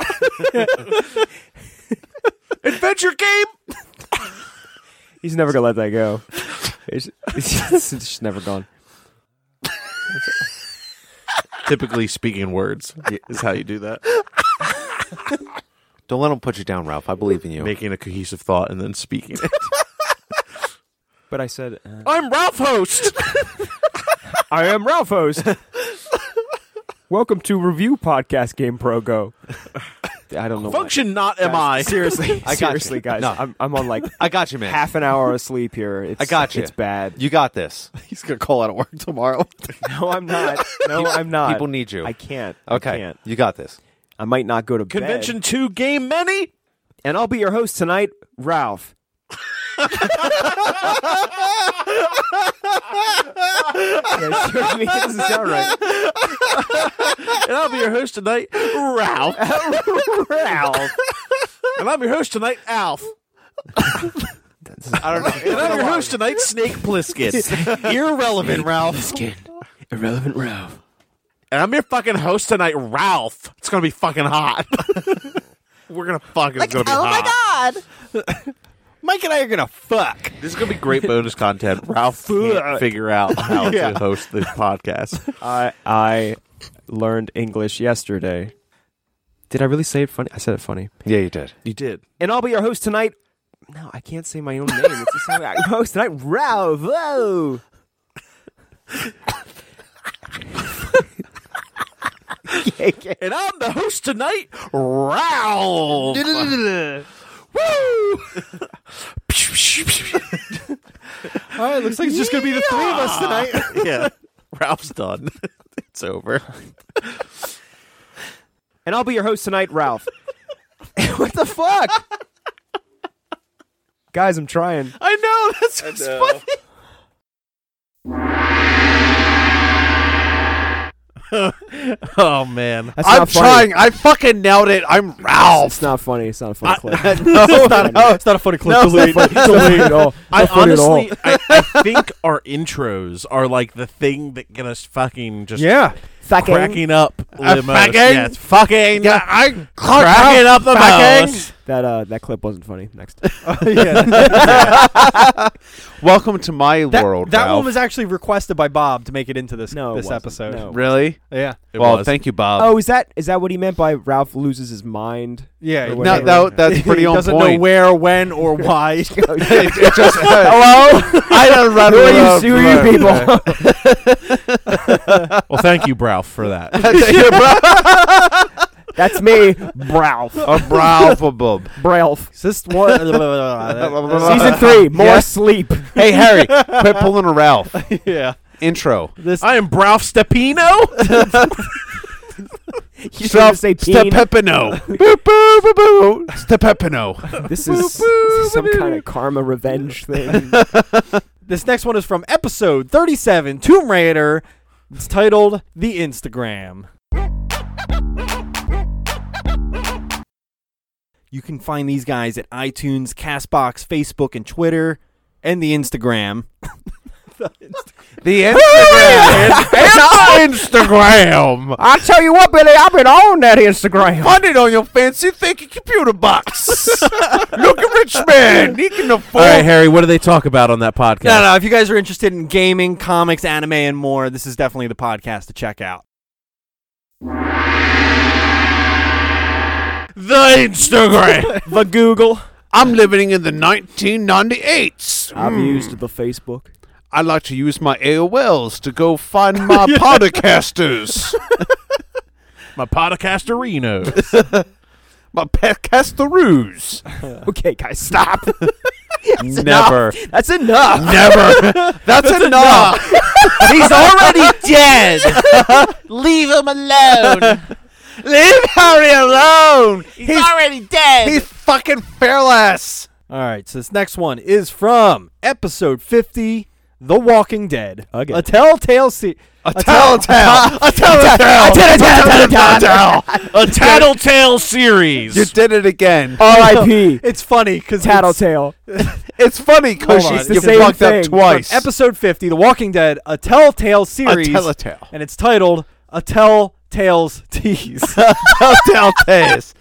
Speaker 4: Adventure game.
Speaker 3: He's never going to let that go. It's, it's just never gone.
Speaker 4: Typically speaking words is how you do that.
Speaker 2: Don't let him put you down, Ralph. I believe in you.
Speaker 4: Making a cohesive thought and then speaking it.
Speaker 3: But I said, uh,
Speaker 4: I'm Ralph host.
Speaker 3: I am Ralph Host. Welcome to Review Podcast Game Pro Go. I don't know.
Speaker 4: Function not am I.
Speaker 3: Guys, Seriously,
Speaker 2: I got you.
Speaker 3: seriously, guys.
Speaker 2: No.
Speaker 3: I'm, I'm on like
Speaker 2: I got you, man.
Speaker 3: half an hour of sleep here. It's,
Speaker 2: I got you.
Speaker 3: It's bad.
Speaker 2: You got this.
Speaker 7: He's going to call out of work tomorrow.
Speaker 3: No, I'm not. No, I'm not.
Speaker 2: People need you.
Speaker 3: I can't.
Speaker 2: okay,
Speaker 3: I can't.
Speaker 2: you got this.
Speaker 3: I might not go to
Speaker 4: Convention
Speaker 3: bed.
Speaker 4: two game many.
Speaker 3: And I'll be your host tonight, Ralph. yeah, sure, I mean, it doesn't sound right.
Speaker 4: And I'll be your host tonight, Ralph.
Speaker 3: Ralph.
Speaker 4: And I'm your host tonight, Alf.
Speaker 2: I don't know.
Speaker 4: And I'm your host tonight, Snake Plissken.
Speaker 6: Irrelevant, Ralph.
Speaker 3: Irrelevant Ralph.
Speaker 4: and I'm your fucking host tonight, Ralph. It's gonna be fucking hot. We're gonna fuck. It's gonna be
Speaker 3: Oh
Speaker 4: hot.
Speaker 6: god. Mike and I are gonna fuck.
Speaker 4: This is gonna be great bonus content. Ralph can't figure out how to host the podcast.
Speaker 3: I I learned English yesterday. Did I really say it funny? I said it funny.
Speaker 2: Yeah, you did.
Speaker 4: You did.
Speaker 3: And I'll be your host tonight. No, I can't say my own name. It's just how I'm host tonight, Ralph. Whoa. Yeah, yeah.
Speaker 4: And I'm the host tonight, Ralph. Woo!
Speaker 6: All right, looks like it's just gonna be the three of us tonight.
Speaker 4: yeah, Ralph's done. it's over.
Speaker 3: And I'll be your host tonight, Ralph. what the fuck? Guys, I'm trying.
Speaker 4: I know. That's what's funny. oh man,
Speaker 3: That's
Speaker 5: I'm
Speaker 3: not funny.
Speaker 5: trying. I fucking nailed it. I'm Ralph.
Speaker 3: It's not funny. It's not a funny clip.
Speaker 7: it's not a funny clip.
Speaker 3: Delete. Delete it all.
Speaker 4: I
Speaker 3: Not funny at all.
Speaker 4: honestly, I, I think our intros are like the thing that get us fucking just
Speaker 7: Yeah.
Speaker 3: Fucking-
Speaker 4: cracking up the most.
Speaker 5: fucking-
Speaker 4: Yes, fucking
Speaker 5: I
Speaker 4: cracking up the
Speaker 5: fucking-
Speaker 4: most.
Speaker 3: That uh, that clip wasn't funny. Next,
Speaker 5: Welcome to my
Speaker 7: That,
Speaker 5: world.
Speaker 7: that one
Speaker 5: Ralph.
Speaker 7: was actually requested by Bob to make it into this
Speaker 3: No, it
Speaker 7: this
Speaker 3: wasn't.
Speaker 7: episode.
Speaker 3: No.
Speaker 5: really.
Speaker 7: Yeah,
Speaker 4: It
Speaker 5: well,
Speaker 4: was.
Speaker 5: thank you, Bob.
Speaker 3: oh, is that is that what he meant by Ralph loses his mind?
Speaker 7: yeah.
Speaker 3: Or
Speaker 7: it-
Speaker 5: no,
Speaker 3: whatever.
Speaker 5: that, that's pretty
Speaker 7: he
Speaker 5: on
Speaker 7: doesn't
Speaker 5: point.
Speaker 7: know where, when, or why.
Speaker 5: It- it just-
Speaker 3: Hello,
Speaker 5: I don't run
Speaker 3: Oh, who are you?
Speaker 5: around
Speaker 3: Who are you
Speaker 5: for-
Speaker 3: people?
Speaker 4: well, thank you, Bralf, for that.
Speaker 5: Thank you, Bob.
Speaker 3: That's me, Ralph.
Speaker 5: A brow for Bob.
Speaker 3: Ralph.
Speaker 7: This one
Speaker 3: Season three, more
Speaker 5: Yeah.
Speaker 3: sleep.
Speaker 5: Hey Harry, quit pulling a Ralph.
Speaker 7: yeah.
Speaker 5: Intro.
Speaker 7: This
Speaker 4: I am Bralf Stepino.
Speaker 3: You should say peen.
Speaker 5: Stepepino. boo boo boo boo. Stepepino.
Speaker 3: This is some kind of karma revenge thing.
Speaker 7: This next one is from episode 37, Tomb Raider. It's titled The Instagram. You can find these guys at iTunes, Castbox, Facebook, and Twitter, and the Instagram.
Speaker 5: The Instagram. it's Instagram.
Speaker 3: I tell you what, Billy, I've been on that Instagram.
Speaker 5: Find it on your fancy thinking computer box. Look at rich man. He can afford.
Speaker 4: All right, Harry, what do they talk about on that podcast?
Speaker 7: No, no, if you guys are interested in gaming, comics, anime, and more, this is definitely the podcast to check out.
Speaker 5: The Instagram.
Speaker 3: The Google.
Speaker 5: I'm living in the 1998s.
Speaker 3: I've
Speaker 5: Mm.
Speaker 3: used the Facebook.
Speaker 5: I like to use my AOLs to go find my podcasters.
Speaker 4: My podcasterino.
Speaker 5: My podcasteroos.
Speaker 3: Okay, guys, stop.
Speaker 5: Never.
Speaker 3: That's enough.
Speaker 5: Never. That's, enough.
Speaker 7: He's already dead!
Speaker 5: Leave him alone. Leave Harry alone. He's, already dead. He's fucking fearless.
Speaker 7: All right, so this next one is from episode 50, The Walking Dead.
Speaker 3: Again.
Speaker 7: A Telltale Se-
Speaker 5: A telltale. A
Speaker 3: I
Speaker 5: telltale.
Speaker 3: did it, I did it, I did it.
Speaker 4: a Tattletale series.
Speaker 5: You did it again.
Speaker 7: Oh.
Speaker 3: R.I.P.
Speaker 7: It's funny because
Speaker 3: Tattletale.
Speaker 5: It's funny because
Speaker 7: Hold on,
Speaker 5: you,
Speaker 7: it's the
Speaker 5: you
Speaker 3: same
Speaker 5: fucked
Speaker 3: thing.
Speaker 5: up twice.
Speaker 7: episode 50, The Walking Dead, a Telltale
Speaker 5: a
Speaker 7: series,
Speaker 5: telltale.
Speaker 7: and it's titled A Telltale's Tease.
Speaker 5: telltale tales.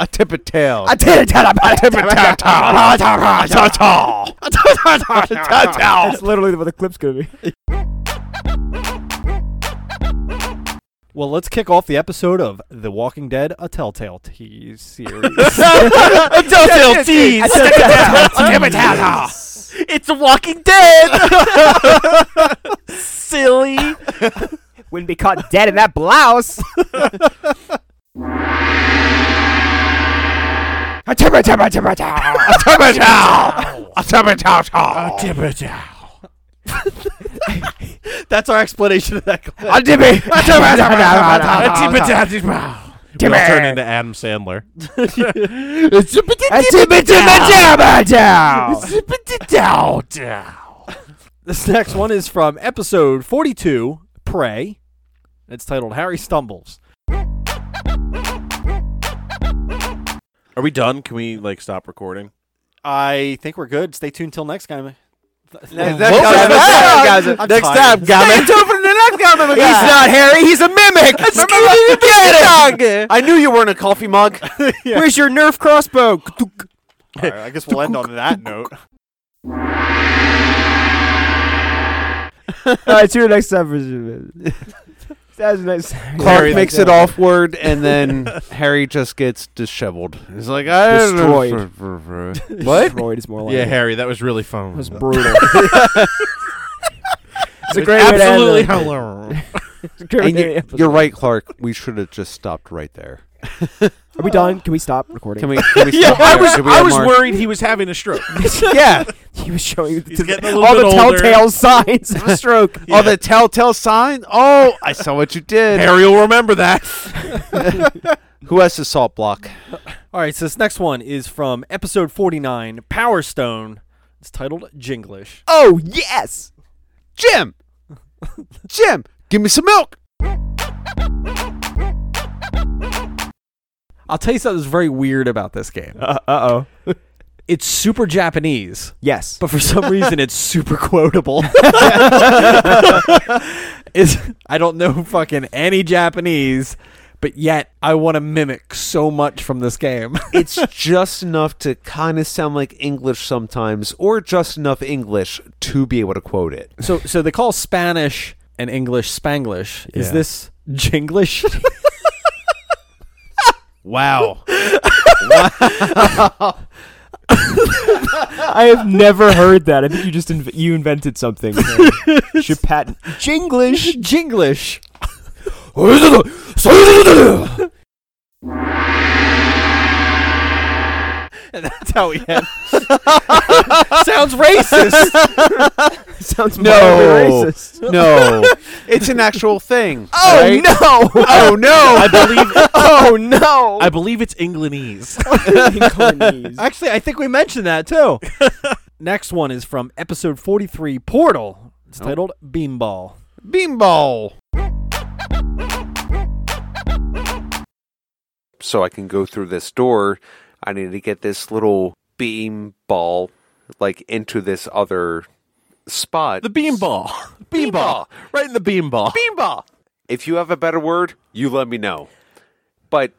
Speaker 5: A tippet tail.
Speaker 3: I did it, I did it. That's literally what the clip's gonna be.
Speaker 7: well, let's kick off the episode of The Walking Dead, a Telltale Tease series.
Speaker 4: a Telltale tease.
Speaker 7: it's The Walking Dead!
Speaker 3: Silly. Wouldn't be caught dead in that blouse.
Speaker 7: That's our explanation of that. clip.
Speaker 4: We'll turn into Adam Sandler.
Speaker 7: This next one is from episode 42, Prey. It's titled Harry Stumbles.
Speaker 4: Are we done? Can we like stop recording?
Speaker 7: I think we're good. Stay tuned till next time.
Speaker 5: Next time, guys. Next time, guys.
Speaker 3: He's not Harry. He's a mimic.
Speaker 5: I knew you weren't a coffee mug.
Speaker 3: Where's your Nerf crossbow?
Speaker 2: All right, I guess we'll end on that note.
Speaker 3: All right, see you next time. for- That's next.
Speaker 5: Clark makes it offward, and then Harry just gets disheveled. He's like, I
Speaker 3: Destroyed.
Speaker 5: what?
Speaker 3: Destroyed is more like.
Speaker 4: Yeah,
Speaker 3: it.
Speaker 4: Harry, that was really fun.
Speaker 3: That was brutal. it's a great
Speaker 4: Absolutely,
Speaker 3: way to end the-
Speaker 4: hello.
Speaker 3: it's a great way to end
Speaker 5: And
Speaker 3: the
Speaker 5: you,
Speaker 3: episode.
Speaker 5: you're right, Clark. We should have just stopped right there.
Speaker 3: Are we done? Can we stop recording?
Speaker 5: Can we? Can we
Speaker 4: yeah,
Speaker 5: stop
Speaker 4: I
Speaker 5: there?
Speaker 4: was,
Speaker 5: Should we
Speaker 4: I
Speaker 5: have
Speaker 4: was
Speaker 5: more-
Speaker 4: worried he was having a stroke.
Speaker 5: Yeah. Oh,
Speaker 3: he was showing to
Speaker 4: getting a
Speaker 3: the,
Speaker 4: little
Speaker 3: all
Speaker 4: bit
Speaker 3: the
Speaker 4: older.
Speaker 3: telltale signs of a stroke.
Speaker 5: Oh, the telltale sign. Oh, I saw what you did.
Speaker 4: Harry will remember that.
Speaker 5: Who has the salt block?
Speaker 7: All right, so this next one is from episode 49, Power Stone. It's titled Jinglish.
Speaker 3: Oh yes.
Speaker 5: Jim. Jim, give me some milk.
Speaker 7: I'll tell you something that's very weird about this game.
Speaker 3: Uh oh.
Speaker 7: It's super Japanese,
Speaker 3: Yes.
Speaker 7: but for some reason it's super quotable. it's, I don't know fucking any Japanese, but yet I want to mimic so much from this game.
Speaker 5: it's just enough to kind of sound like English sometimes, or just enough English to be able to quote it.
Speaker 7: so so they call Spanish and English Spanglish. Is
Speaker 5: Yeah.
Speaker 7: this Jinglish?
Speaker 4: Wow.
Speaker 3: I have never heard that. I think you just inv- you invented something. You Should patent.
Speaker 7: Jinglish, Jinglish.
Speaker 3: Oh,
Speaker 7: and that's how we end. Sounds racist.
Speaker 3: Sounds
Speaker 5: No.
Speaker 3: mildly racist.
Speaker 5: No, it's an actual thing.
Speaker 3: Oh
Speaker 5: right?
Speaker 3: no!
Speaker 5: Oh no!
Speaker 4: I believe
Speaker 3: Oh no!
Speaker 4: I believe it's Englandese.
Speaker 3: I,
Speaker 7: Actually, I think we mentioned that too. Next one is from episode 43, Portal.
Speaker 3: Oh.
Speaker 7: It's titled Beamball.
Speaker 5: Beanball.
Speaker 1: so I can go through this door, I need to get this little beam ball like into this other spot.
Speaker 4: the beam ball.
Speaker 1: beam ball.
Speaker 4: Right in the beam ball.
Speaker 1: Beam ball. If you have a better word, you let me know. But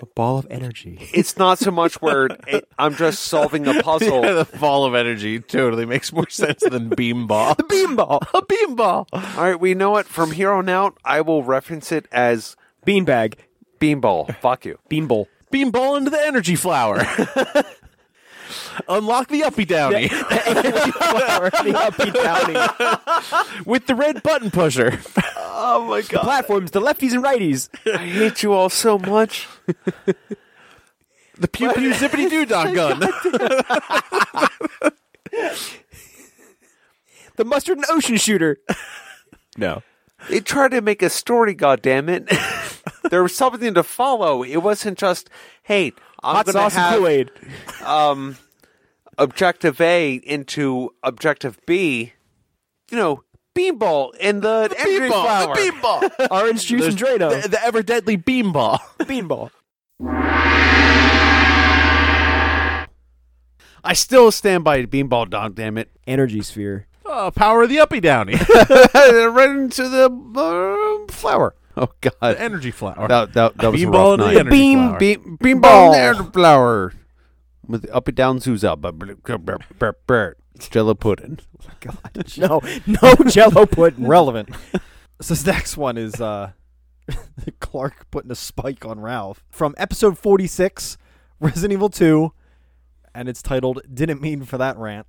Speaker 11: A ball of energy.
Speaker 1: it's not so much where it, I'm just solving a puzzle.
Speaker 4: Yeah, the ball of energy totally makes more sense than beam ball. the beam ball. A beam ball.
Speaker 1: All right, we know it. From here on out, I will reference it as
Speaker 3: Beanbag.
Speaker 1: beam ball. Fuck you.
Speaker 3: Beanbowl.
Speaker 4: Beam ball into the energy flower. Unlock the uppy downy
Speaker 3: the uppy downy.
Speaker 4: with the red button pusher.
Speaker 3: The platforms, the lefties and righties.
Speaker 1: I hate you all so much.
Speaker 4: The pew pew zippity doo dot gun.
Speaker 3: The mustard and ocean shooter.
Speaker 4: No.
Speaker 1: They tried to make a story, goddammit. there was something to follow. It wasn't just, hey, I'm
Speaker 3: Hot
Speaker 1: gonna
Speaker 3: sauce and
Speaker 1: have
Speaker 3: Kool-Aid.
Speaker 1: um, objective A into objective B. You know, beanball and the, energy flower.
Speaker 4: ball.
Speaker 3: Orange juice and Drano.
Speaker 4: The, the ever deadly beam ball.
Speaker 3: Beanball.
Speaker 5: I still stand by Beanball. Dog, damn it!
Speaker 3: Energy sphere.
Speaker 4: Oh, power of the uppy downy.
Speaker 5: right into the uh, flower. Oh
Speaker 4: the
Speaker 5: God!
Speaker 4: energy flower.
Speaker 5: That that, that was a
Speaker 4: Beanball
Speaker 5: rough
Speaker 4: and the
Speaker 5: night.
Speaker 4: energy flower.
Speaker 5: beam beanball and the flower with the up and down zoos up. Jello pudding.
Speaker 3: No, no jello pudding.
Speaker 7: Relevant. so this next one is uh, Clark putting a spike on Ralph. From episode 46, Resident Evil 2, and it's titled Didn't Mean for That Rant.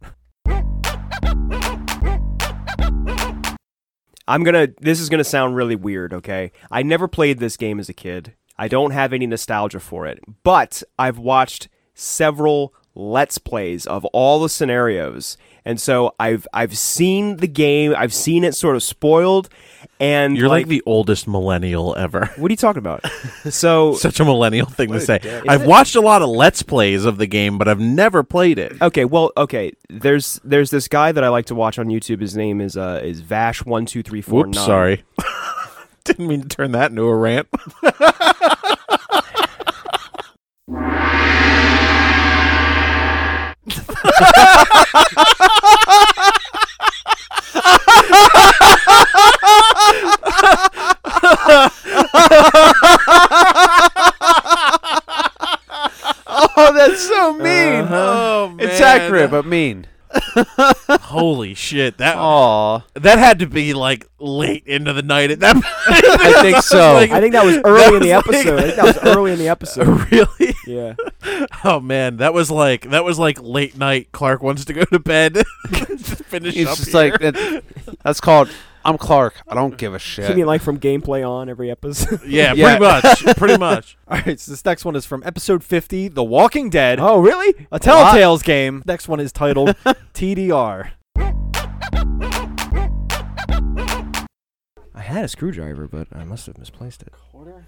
Speaker 3: I'm gonna. This is gonna sound really weird. Okay, I never played this game as a kid. I don't have any nostalgia for it, but I've watched several let's plays of all the scenarios, and so I've I've seen the game. I've seen it sort of spoiled, and
Speaker 4: You're like, the oldest millennial ever.
Speaker 3: what are you talking about? so
Speaker 4: Such a millennial thing to say.
Speaker 3: dick.
Speaker 4: I've
Speaker 3: Is it-
Speaker 4: watched a lot of let's plays of the game, but I've never played it.
Speaker 3: Okay, well, okay. There's there's this guy that I like to watch on YouTube. His name is uh is Vash one two three four nine.
Speaker 4: Whoops, sorry. Didn't mean to turn that into a rant.
Speaker 5: Oh, that's so mean.
Speaker 4: Oh,
Speaker 5: It's accurate, but mean.
Speaker 4: Holy shit. That
Speaker 3: Oh.
Speaker 5: Aw.
Speaker 4: that had to be like late into the night at that
Speaker 5: I think so.
Speaker 3: I think that was early in the episode. I think that was early in the episode.
Speaker 4: Really?
Speaker 3: Yeah.
Speaker 4: Oh man, that was like that was like late night. Clark wants to go to bed. Finish
Speaker 5: It's
Speaker 4: up
Speaker 5: just
Speaker 4: here.
Speaker 5: like that, that's called. I'm Clark. I don't give a shit.
Speaker 3: You mean like from gameplay on every episode?
Speaker 4: yeah,
Speaker 5: Yeah.
Speaker 4: pretty much, pretty much.
Speaker 7: All right, so this next one is from episode 50, The Walking Dead,
Speaker 3: oh, really?
Speaker 7: a Telltale's game. Next one is titled TDR.
Speaker 3: I had a screwdriver, but I must have misplaced it. Quarter?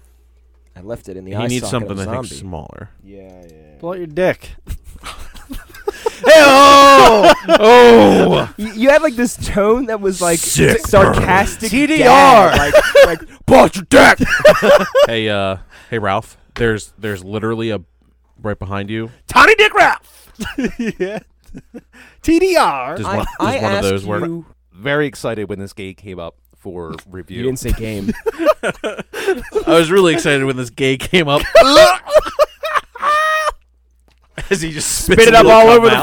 Speaker 3: I left it in the
Speaker 4: he needs something I think smaller.
Speaker 3: yeah, yeah.
Speaker 7: Blow out your dick.
Speaker 4: oh, oh,
Speaker 3: You, you had like this tone that was like
Speaker 4: Sick
Speaker 3: sarcastic.
Speaker 4: burn.
Speaker 3: gag, like, like
Speaker 4: bought your deck. hey, uh, hey, Ralph. There's there's literally a right behind you.
Speaker 3: Tiny Dick Ralph.
Speaker 7: yeah. TDR.
Speaker 4: Does
Speaker 3: I,
Speaker 4: one, does
Speaker 3: I
Speaker 4: one of
Speaker 3: asked
Speaker 4: those work?
Speaker 3: you.
Speaker 5: Very excited when this game came up. for review.
Speaker 3: You didn't say game.
Speaker 4: I was really excited when this gay came up. As he just spit
Speaker 3: it up all over the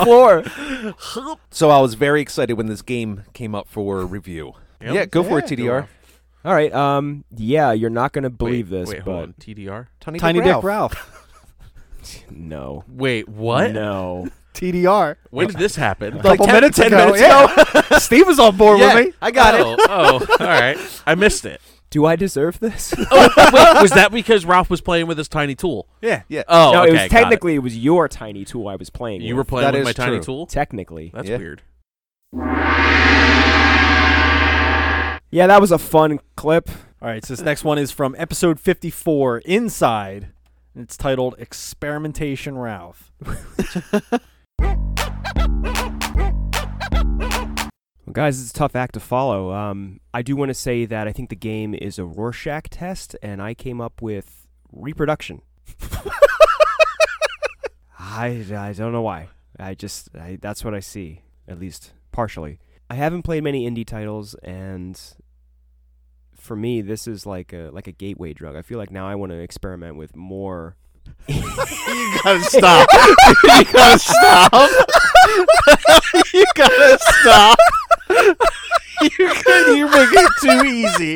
Speaker 3: floor.
Speaker 5: so I was very excited when this game came up for review.
Speaker 4: Yep.
Speaker 5: Yeah, go for it,
Speaker 2: Yeah.
Speaker 5: TDR.
Speaker 3: All right. Um. Yeah, you're not gonna believe this,
Speaker 4: wait, hold
Speaker 3: but
Speaker 4: on. TDR.
Speaker 6: Tiny,
Speaker 2: Tiny
Speaker 6: Dick Ralph.
Speaker 3: no,
Speaker 4: Wait, what?
Speaker 3: no.
Speaker 2: TDR.
Speaker 4: When did this happen?
Speaker 2: Couple minutes, ten minutes ago. Steve was on board
Speaker 6: Yeah,
Speaker 2: with me.
Speaker 6: I got it.
Speaker 4: oh, oh, all right. I missed it. Oh,
Speaker 3: Do I deserve this?
Speaker 4: Wait, was that because Ralph was playing with his tiny tool?
Speaker 6: Yeah, yeah.
Speaker 4: Oh,
Speaker 3: no,
Speaker 4: okay,
Speaker 3: it was
Speaker 4: got
Speaker 3: technically it. was your tiny tool I was playing.
Speaker 4: You were
Speaker 3: with.
Speaker 4: playing
Speaker 5: That
Speaker 4: with
Speaker 5: is
Speaker 4: my tiny
Speaker 5: true.
Speaker 4: tool.
Speaker 3: technically.
Speaker 4: That's
Speaker 5: Yeah.
Speaker 4: weird.
Speaker 3: Yeah, that was a fun clip.
Speaker 2: All right, so this next one is from episode 54, Inside. And it's titled Experimentation Ralph.
Speaker 3: Well, guys, it's a tough act to follow. Um, I do want to say that I think the game is a Rorschach test, and I came up with reproduction. I, I don't know why. I just I, that's what I see, at least partially. I haven't played many indie titles, and for me, this is like a like a gateway drug. I feel like now I want to experiment with more.
Speaker 6: You gotta stop. you gotta stop. you gotta stop. You're, gonna, you're making it too easy.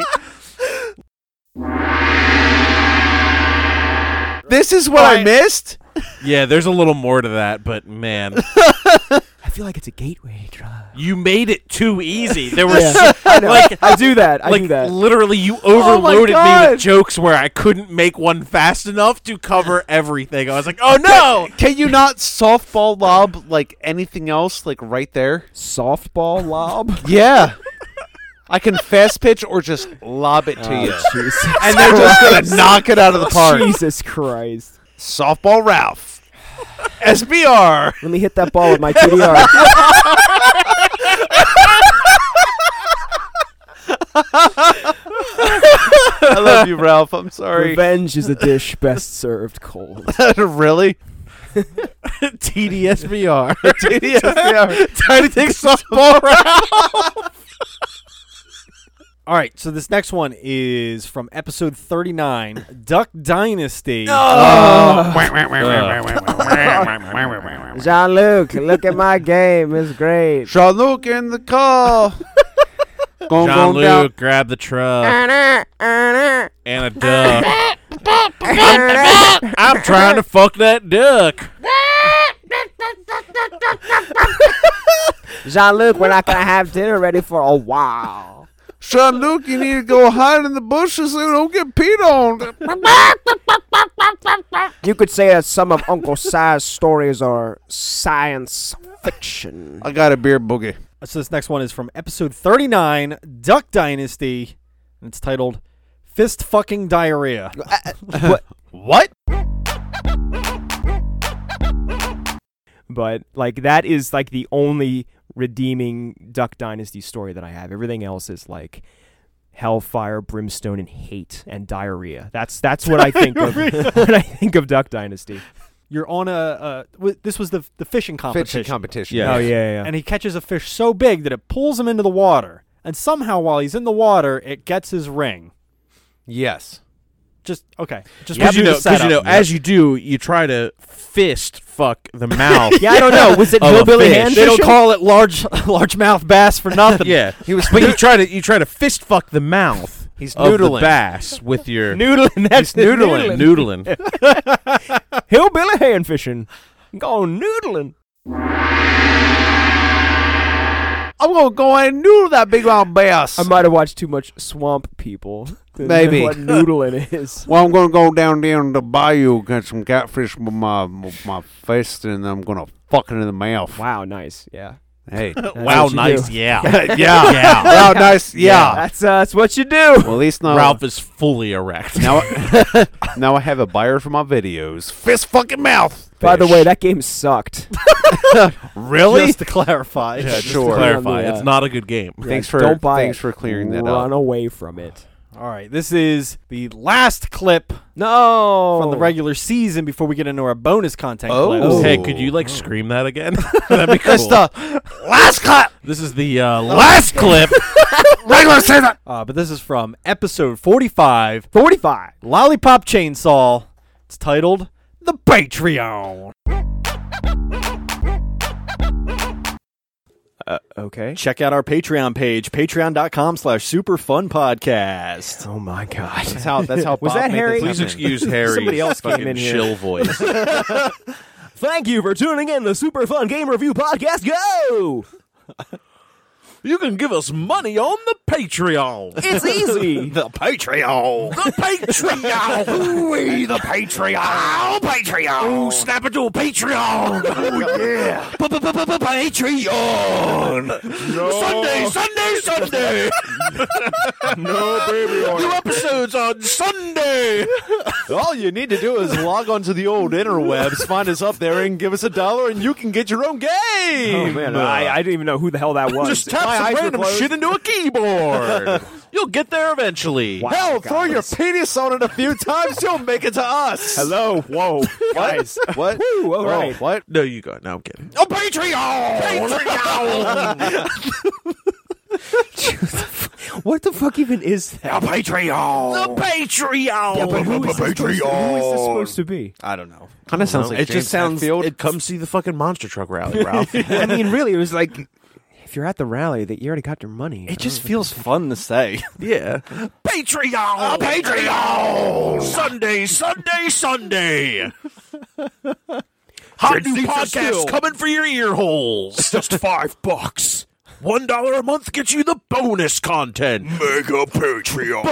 Speaker 5: This is what I missed.
Speaker 4: Yeah, there's a little more to that, but man,
Speaker 3: I feel like it's a gateway drug.
Speaker 4: you made it too easy. There were
Speaker 3: Yeah.
Speaker 4: so, like
Speaker 3: I do that. I
Speaker 4: like
Speaker 3: do that. Oh
Speaker 4: literally you
Speaker 3: my
Speaker 4: overloaded me
Speaker 3: God.
Speaker 4: with jokes where I couldn't make one fast enough to cover everything. I was like, "Oh no."
Speaker 5: Can you not softball lob like anything else like right there?
Speaker 3: Softball lob.
Speaker 5: Yeah. I can fast pitch or just lob it to you.
Speaker 3: Jesus.
Speaker 5: And they're just going to knock it out of the park.
Speaker 3: Jesus Christ.
Speaker 5: Softball Ralph. SBR.
Speaker 3: Let me hit that ball with my TDR.
Speaker 5: I love you, Ralph. I'm sorry.
Speaker 3: Revenge is a dish best served cold.
Speaker 5: really?
Speaker 4: TDSBR.
Speaker 5: SBR.
Speaker 4: Tiny Dick softball round.
Speaker 2: All right, so this next one is from episode 39, Duck Dynasty.
Speaker 3: John Luke, look at my game. It's great.
Speaker 5: Sean Luke in the call. Going,
Speaker 4: John Luke, grab the truck. and a duck. I'm trying to fuck that duck.
Speaker 3: John Luke, we're not going to have dinner ready for a while.
Speaker 5: Sean Luke, you need to go hide in the bushes so you don't get peed on.
Speaker 3: You could say that some of Uncle Si's stories are science fiction.
Speaker 5: I got a beer boogie.
Speaker 2: So this next one is from episode 39, Duck Dynasty. And it's titled Fist Fucking Diarrhea. uh,
Speaker 5: What?
Speaker 7: but like that is like the only redeeming Duck Dynasty story that I have. Everything else is like hellfire, brimstone, and hate and diarrhea. That's that's what I think of when I think of Duck Dynasty.
Speaker 2: You're on a. Uh, w- this was the, the fishing competition.
Speaker 5: Fishing competition.
Speaker 4: Yeah.
Speaker 7: Oh yeah, yeah.
Speaker 2: and he catches a fish so big that it pulls him into the water. And somehow, while he's in the water, it gets his ring.
Speaker 5: Yes.
Speaker 2: Just okay. Just
Speaker 4: Because you
Speaker 2: redo
Speaker 4: know,
Speaker 2: the
Speaker 4: 'cause you know,
Speaker 2: setup.
Speaker 4: as you do, you try to fist fuck the mouth.
Speaker 3: Yeah, I don't know. Was it
Speaker 4: Of a
Speaker 3: Hillbilly
Speaker 4: fish.
Speaker 3: Hand?
Speaker 2: they don't call it large largemouth bass for nothing.
Speaker 4: yeah, he was. But you try to you try to fist fuck the mouth.
Speaker 5: He's
Speaker 4: of the
Speaker 5: noodling.
Speaker 4: bass with your
Speaker 3: Noodling. That's
Speaker 4: noodling, noodling.
Speaker 3: Hillbilly hand fishing. Go noodling.
Speaker 5: I'm going to go and noodle that big round bass.
Speaker 3: I might have watched too much Swamp People. to know
Speaker 5: Maybe.
Speaker 3: what noodling is.
Speaker 5: Well, I'm gonna go down there in the bayou, get some catfish with my with my fist, and I'm gonna fuck it in the mouth.
Speaker 3: Wow, nice. Yeah.
Speaker 5: Hey,
Speaker 4: Wow,
Speaker 3: what you
Speaker 4: nice,
Speaker 3: do.
Speaker 4: yeah.
Speaker 5: yeah, yeah, wow, nice, yeah.
Speaker 3: That's uh, that's what you do.
Speaker 5: Well, at least now,
Speaker 4: Ralph is fully erect.
Speaker 5: Oh. now, now I have a buyer for my videos. Fist fucking mouth.
Speaker 3: By the
Speaker 5: Fish.
Speaker 3: way, that game sucked.
Speaker 5: really?
Speaker 2: Just to clarify.
Speaker 4: Yeah, just
Speaker 5: sure.
Speaker 4: to clarify, it's
Speaker 3: Yeah.
Speaker 4: not a good game.
Speaker 5: thanks
Speaker 3: Yeah,
Speaker 5: for
Speaker 3: don't buy
Speaker 5: thanks
Speaker 3: it.
Speaker 5: for clearing that
Speaker 3: Run
Speaker 5: up.
Speaker 3: away from it.
Speaker 2: All right, this is the last clip
Speaker 3: No.
Speaker 2: from the regular season before we get into our bonus content
Speaker 5: Oh.
Speaker 2: clips.
Speaker 5: Ooh.
Speaker 4: Hey, could you like scream that again? That'd be cool.
Speaker 5: That's the last cut.
Speaker 4: this is the uh, last clip Regular say that.
Speaker 7: Uh, but this is from episode 45,
Speaker 12: 45.
Speaker 7: Lollipop Chainsaw. It's titled The Patreon.
Speaker 2: Uh, okay.
Speaker 7: Check out our Patreon page, patreon.com slash superfunpodcast.
Speaker 2: Oh my god.
Speaker 5: That's how. That's how.
Speaker 2: Was
Speaker 5: Bob
Speaker 2: that
Speaker 5: made
Speaker 2: Harry?
Speaker 5: this
Speaker 3: Please
Speaker 5: happen.
Speaker 3: excuse Harry's
Speaker 2: Somebody else came
Speaker 3: fucking
Speaker 2: in here.
Speaker 3: chill voice.
Speaker 2: Thank you for tuning in to Super Fun Game Review Podcast. Go!
Speaker 3: you can give us money on the Patreon.
Speaker 2: It's easy.
Speaker 4: The Patreon.
Speaker 3: the Patreon.
Speaker 4: we the Patreon. Oh, Patreon.
Speaker 3: Snap into a Patreon.
Speaker 4: Oh, yeah. Patreon.
Speaker 3: Sunday, Sunday, Sunday.
Speaker 13: No baby oil.
Speaker 3: New episodes on Sunday.
Speaker 5: All you need to do is log onto the old interwebs, find us up there, and give us a dollar, and you can get your own game.
Speaker 2: Oh man, I, I didn't even know who the hell that was.
Speaker 3: Just tap
Speaker 5: eyes
Speaker 3: some
Speaker 5: were
Speaker 3: random
Speaker 5: closed.
Speaker 3: shit into a keyboard. You'll get there eventually.
Speaker 5: Hell, throw your penis on it a few times, you'll make it to us.
Speaker 2: Hello, whoa, guys.
Speaker 5: What?
Speaker 2: Woo, all
Speaker 5: Oh,
Speaker 2: right.
Speaker 5: What?
Speaker 3: No, you go. No, I'm kidding.
Speaker 4: Oh, Patreon.
Speaker 2: What the fuck even is that?
Speaker 4: The Patreon. The Patreon.
Speaker 2: Who is, this supposed to, who is this supposed to be?
Speaker 4: I don't know.
Speaker 5: Kind of sounds like
Speaker 3: it
Speaker 5: James
Speaker 3: just sounds.
Speaker 5: Hetfield.
Speaker 3: It come see the fucking monster truck rally, Ralph.
Speaker 2: I mean, really, it was like if you're at the rally, that you already got your money.
Speaker 7: It just feels fun to say.
Speaker 3: yeah.
Speaker 4: Patreon. Patreon. Sunday, Sunday, Sunday. Hot new podcast coming for your ear holes. Just five bucks.
Speaker 3: One dollar a month gets you the bonus content.
Speaker 4: Mega Patreon.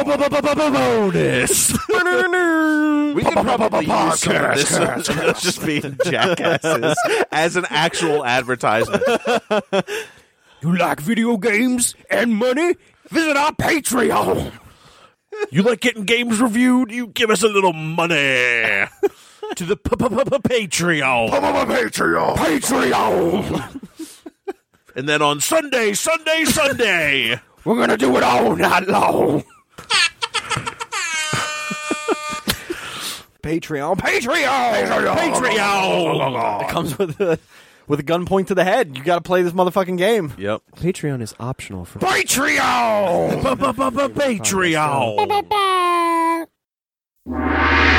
Speaker 3: Bonus. we could probably use some of this of us just being jackasses as an actual advertisement.
Speaker 4: You like video games and money? Visit our Patreon. You like getting games reviewed? You give us a little money to the p- p- p- p- Patreon. Patreon. Patreon. and then on Sunday, Sunday, Sunday, we're gonna do it all night long.
Speaker 7: Patreon.
Speaker 4: Patreon. Patreon.
Speaker 7: comes with a, with a gun point to the head. You got to play this motherfucking game.
Speaker 3: Yep.
Speaker 2: Patreon is optional for.
Speaker 4: Patreon. Patreon.
Speaker 2: Oh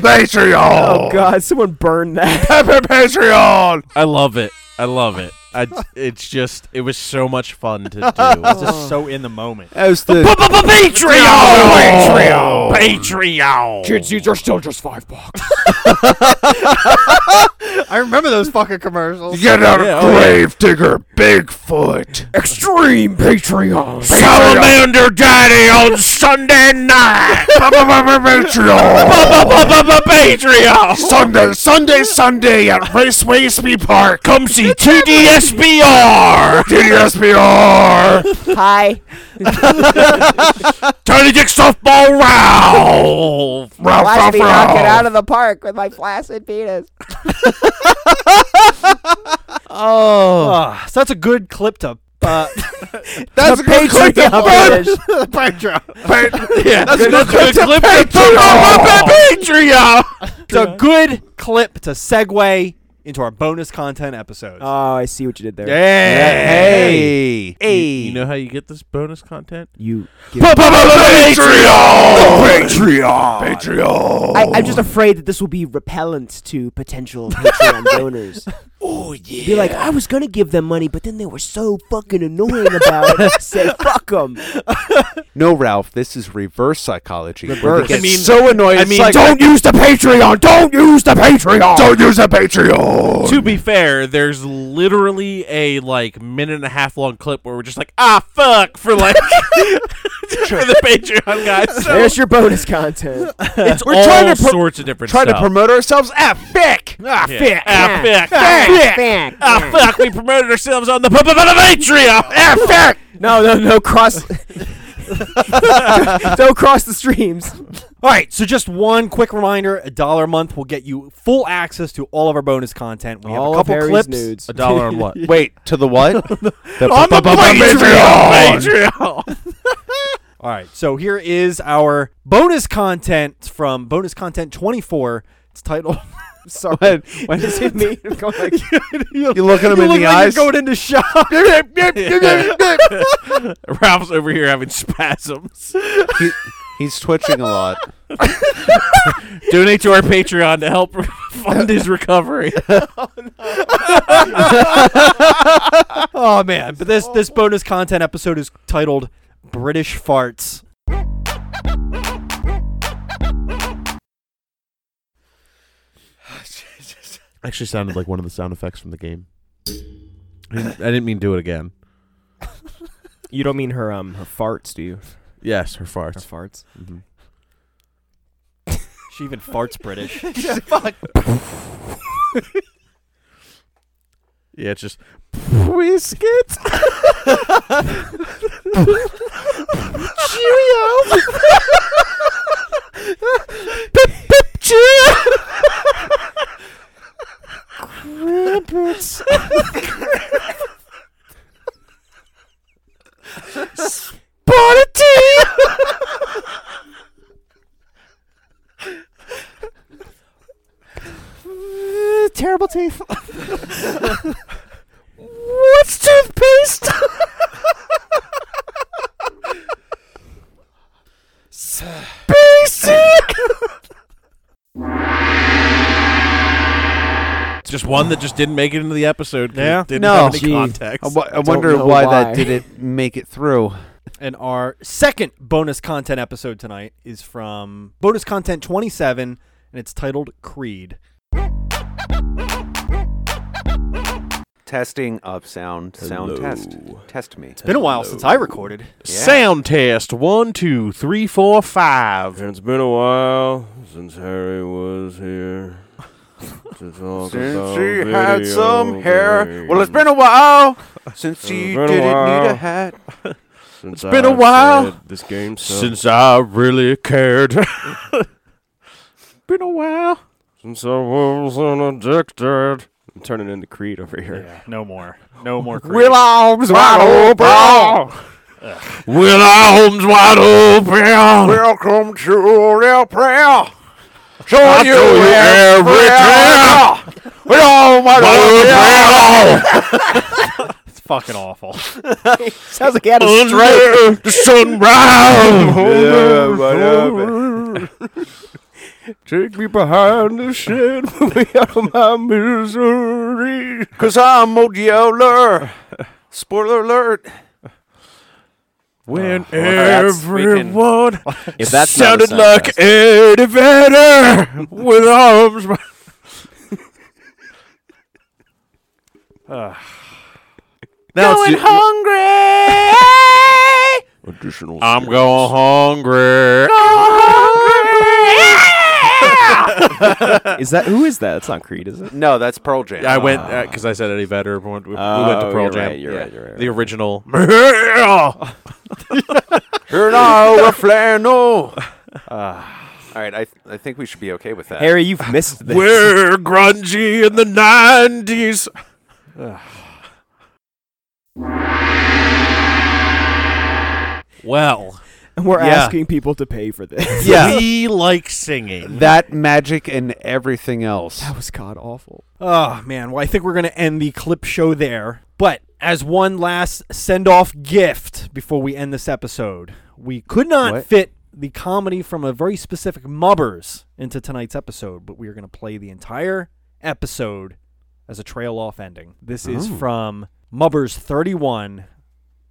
Speaker 4: Patreon.
Speaker 2: Oh, God! Someone burn that.
Speaker 4: Patreon.
Speaker 3: I love it. I love it. I, it's just, it was so much fun to do.
Speaker 7: Just so in the moment.
Speaker 5: that was the
Speaker 4: Patreon. Patreon. Kids, these are still just five bucks.
Speaker 7: I remember those fucking commercials.
Speaker 4: Get out of grave digger, Bigfoot, extreme Patreon, salamander daddy on Sunday night. Patreon, Patreon, Sunday, Sunday, Sunday at Raceway Speed Park. Come see TDSBR, TDSBR,
Speaker 2: Hi.
Speaker 4: Tiny Dick Softball Ralph, Ralph, Ralph, Ralph.
Speaker 2: of the park with my flaccid penis.
Speaker 7: Ah, so that's a good clip to. Uh,
Speaker 2: That's the Patreon. finish.
Speaker 4: Yeah, that's
Speaker 7: good clip to-
Speaker 4: Patreon.
Speaker 7: it's a good clip to segue into our bonus content episodes.
Speaker 2: Oh, I see what you did there.
Speaker 5: hey.
Speaker 3: You, you know how you get this bonus content?
Speaker 2: You.
Speaker 4: Patreon! Patreon! Patreon!
Speaker 2: I, I'm just afraid that this will be repellent to potential Patreon donors.
Speaker 4: oh, yeah.
Speaker 2: Be like, I was gonna give them money, but then they were so fucking annoying about it. I said, fuck them.
Speaker 5: No, Ralph, this is reverse psychology.
Speaker 2: Reverse.
Speaker 5: I
Speaker 2: I
Speaker 5: mean,
Speaker 2: mean-
Speaker 5: so annoying.
Speaker 3: I mean,
Speaker 5: it's like,
Speaker 4: don't use the Patreon! Don't use the Patreon! Don't use the Patreon!
Speaker 3: To be fair, there's literally a like minute and a half long clip where we're just like, ah, fuck, for like for the Patreon guys. So
Speaker 2: There's your bonus content.
Speaker 3: it's
Speaker 5: We're
Speaker 3: all
Speaker 5: trying to pro-
Speaker 3: sorts of different
Speaker 5: trying to
Speaker 3: stuff.
Speaker 5: promote ourselves. Ah, fick. Ah,
Speaker 3: Yeah.
Speaker 5: fick.
Speaker 3: Ah, fuck.
Speaker 5: Fick.
Speaker 3: Ah, fuck, we promoted ourselves on the p- p- p- Patreon.
Speaker 5: Ah, fick.
Speaker 2: No, no, no, cross. Don't cross the streams.
Speaker 7: All right, so just one quick reminder: a dollar a month will get you full access to all of our bonus content. We have a couple clips.
Speaker 2: nudes.
Speaker 3: A dollar on what?
Speaker 5: Wait, to the what? the
Speaker 4: I'm a Patreon!
Speaker 3: Patreon.
Speaker 7: All right, so here is our bonus content from bonus content twenty four It's titled.
Speaker 2: Sorry.
Speaker 5: When-
Speaker 2: when does it mean? Go like,
Speaker 7: you
Speaker 5: You look at him in
Speaker 7: look
Speaker 5: the
Speaker 7: like
Speaker 5: eyes.
Speaker 7: You're going into shock.
Speaker 4: Ralph's over here having spasms.
Speaker 5: He- he's twitching a lot.
Speaker 4: Donate to our Patreon to help fund his recovery.
Speaker 7: oh man! But this this bonus content episode is titled "British Farts."
Speaker 3: Actually, sounded like one of the sound effects from the game. I didn't, I didn't mean do it again.
Speaker 2: you don't mean her um her farts, do you?
Speaker 3: Yes, her farts.
Speaker 2: farts.
Speaker 7: She even farts British.
Speaker 3: Yeah, it's just biscuits. Cheerio. pip pip cheerio. Crimpets. Spot of tea. Terrible teeth. What's toothpaste? Basic.
Speaker 4: just one that just didn't make it into the episode. 'cause it
Speaker 7: Yeah.
Speaker 4: Didn't
Speaker 5: No.
Speaker 4: have any
Speaker 5: Gee.
Speaker 4: context.
Speaker 5: I, w- I wonder
Speaker 2: know
Speaker 5: why,
Speaker 2: why.
Speaker 5: that didn't make it through.
Speaker 7: And our second bonus content episode tonight is from bonus content 27, and it's titled Creed.
Speaker 5: Testing of sound. Sound test. Test me.
Speaker 7: It's been a while since I recorded.
Speaker 4: Sound test one, two, three, four, five.
Speaker 3: It's been a while since Harry was here. To talk
Speaker 5: Since
Speaker 3: about
Speaker 5: she had
Speaker 3: video
Speaker 5: some hair.
Speaker 3: games.
Speaker 5: Well, it's been a while since
Speaker 3: It's
Speaker 5: she
Speaker 3: been a
Speaker 5: didn't need a
Speaker 3: while.
Speaker 5: hat.
Speaker 3: Since
Speaker 4: It's been a
Speaker 3: I
Speaker 4: while.
Speaker 3: said This game sucks.
Speaker 4: Since I really cared. Been a while.
Speaker 3: since I wasn't addicted.
Speaker 2: I'm turning into Creed over here.
Speaker 7: No more. No more Creed.
Speaker 3: Will arms wide open. Will arms wide open.
Speaker 5: Welcome to Real Prayer. Show
Speaker 3: I
Speaker 5: you
Speaker 3: show you
Speaker 5: everything.
Speaker 3: everything.
Speaker 5: We all want to
Speaker 7: It's fucking awful.
Speaker 2: Sounds like he had a stroke.
Speaker 3: Under the sunrise. Take me behind the shed, put me out of my misery.
Speaker 5: Cause I'm a yowler. Spoiler alert.
Speaker 3: When
Speaker 4: Oh,
Speaker 2: that's- we can-
Speaker 3: everyone
Speaker 2: If that's
Speaker 3: sounded
Speaker 2: not a sound
Speaker 3: like
Speaker 2: test.
Speaker 3: Eddie Vedder with arms. wide-
Speaker 4: Now it's ju-
Speaker 3: hungry. Additional.
Speaker 4: I'm going hungry.
Speaker 2: is that who is that? It's not Creed, is it?
Speaker 5: No, Oh, that's Pearl Jam.
Speaker 4: I went because I said Eddie Vedder. We went, we went to
Speaker 2: Ah. Oh,
Speaker 4: Pearl
Speaker 2: you're
Speaker 4: Jam.
Speaker 2: right, you're
Speaker 4: Yeah.
Speaker 2: right, you're right,
Speaker 4: The
Speaker 2: right.
Speaker 4: original.
Speaker 5: Here now, a flannel.
Speaker 9: Ah.
Speaker 5: All right, I, I think we should be okay with that.
Speaker 2: Harry, you've missed this.
Speaker 4: We're grungy in the nineties. well,
Speaker 2: We're
Speaker 4: Yeah.
Speaker 2: asking people to pay for this.
Speaker 5: Yeah.
Speaker 4: we like singing.
Speaker 5: that magic and everything else.
Speaker 2: That was god awful.
Speaker 7: Oh man, well I think we're gonna end the clip show there. But as one last send-off gift before we end this episode, we could not
Speaker 2: What?
Speaker 7: fit the comedy from a very specific Mubbers into tonight's episode, but we are gonna play the entire episode as a trail off ending. This is from Mubbers 31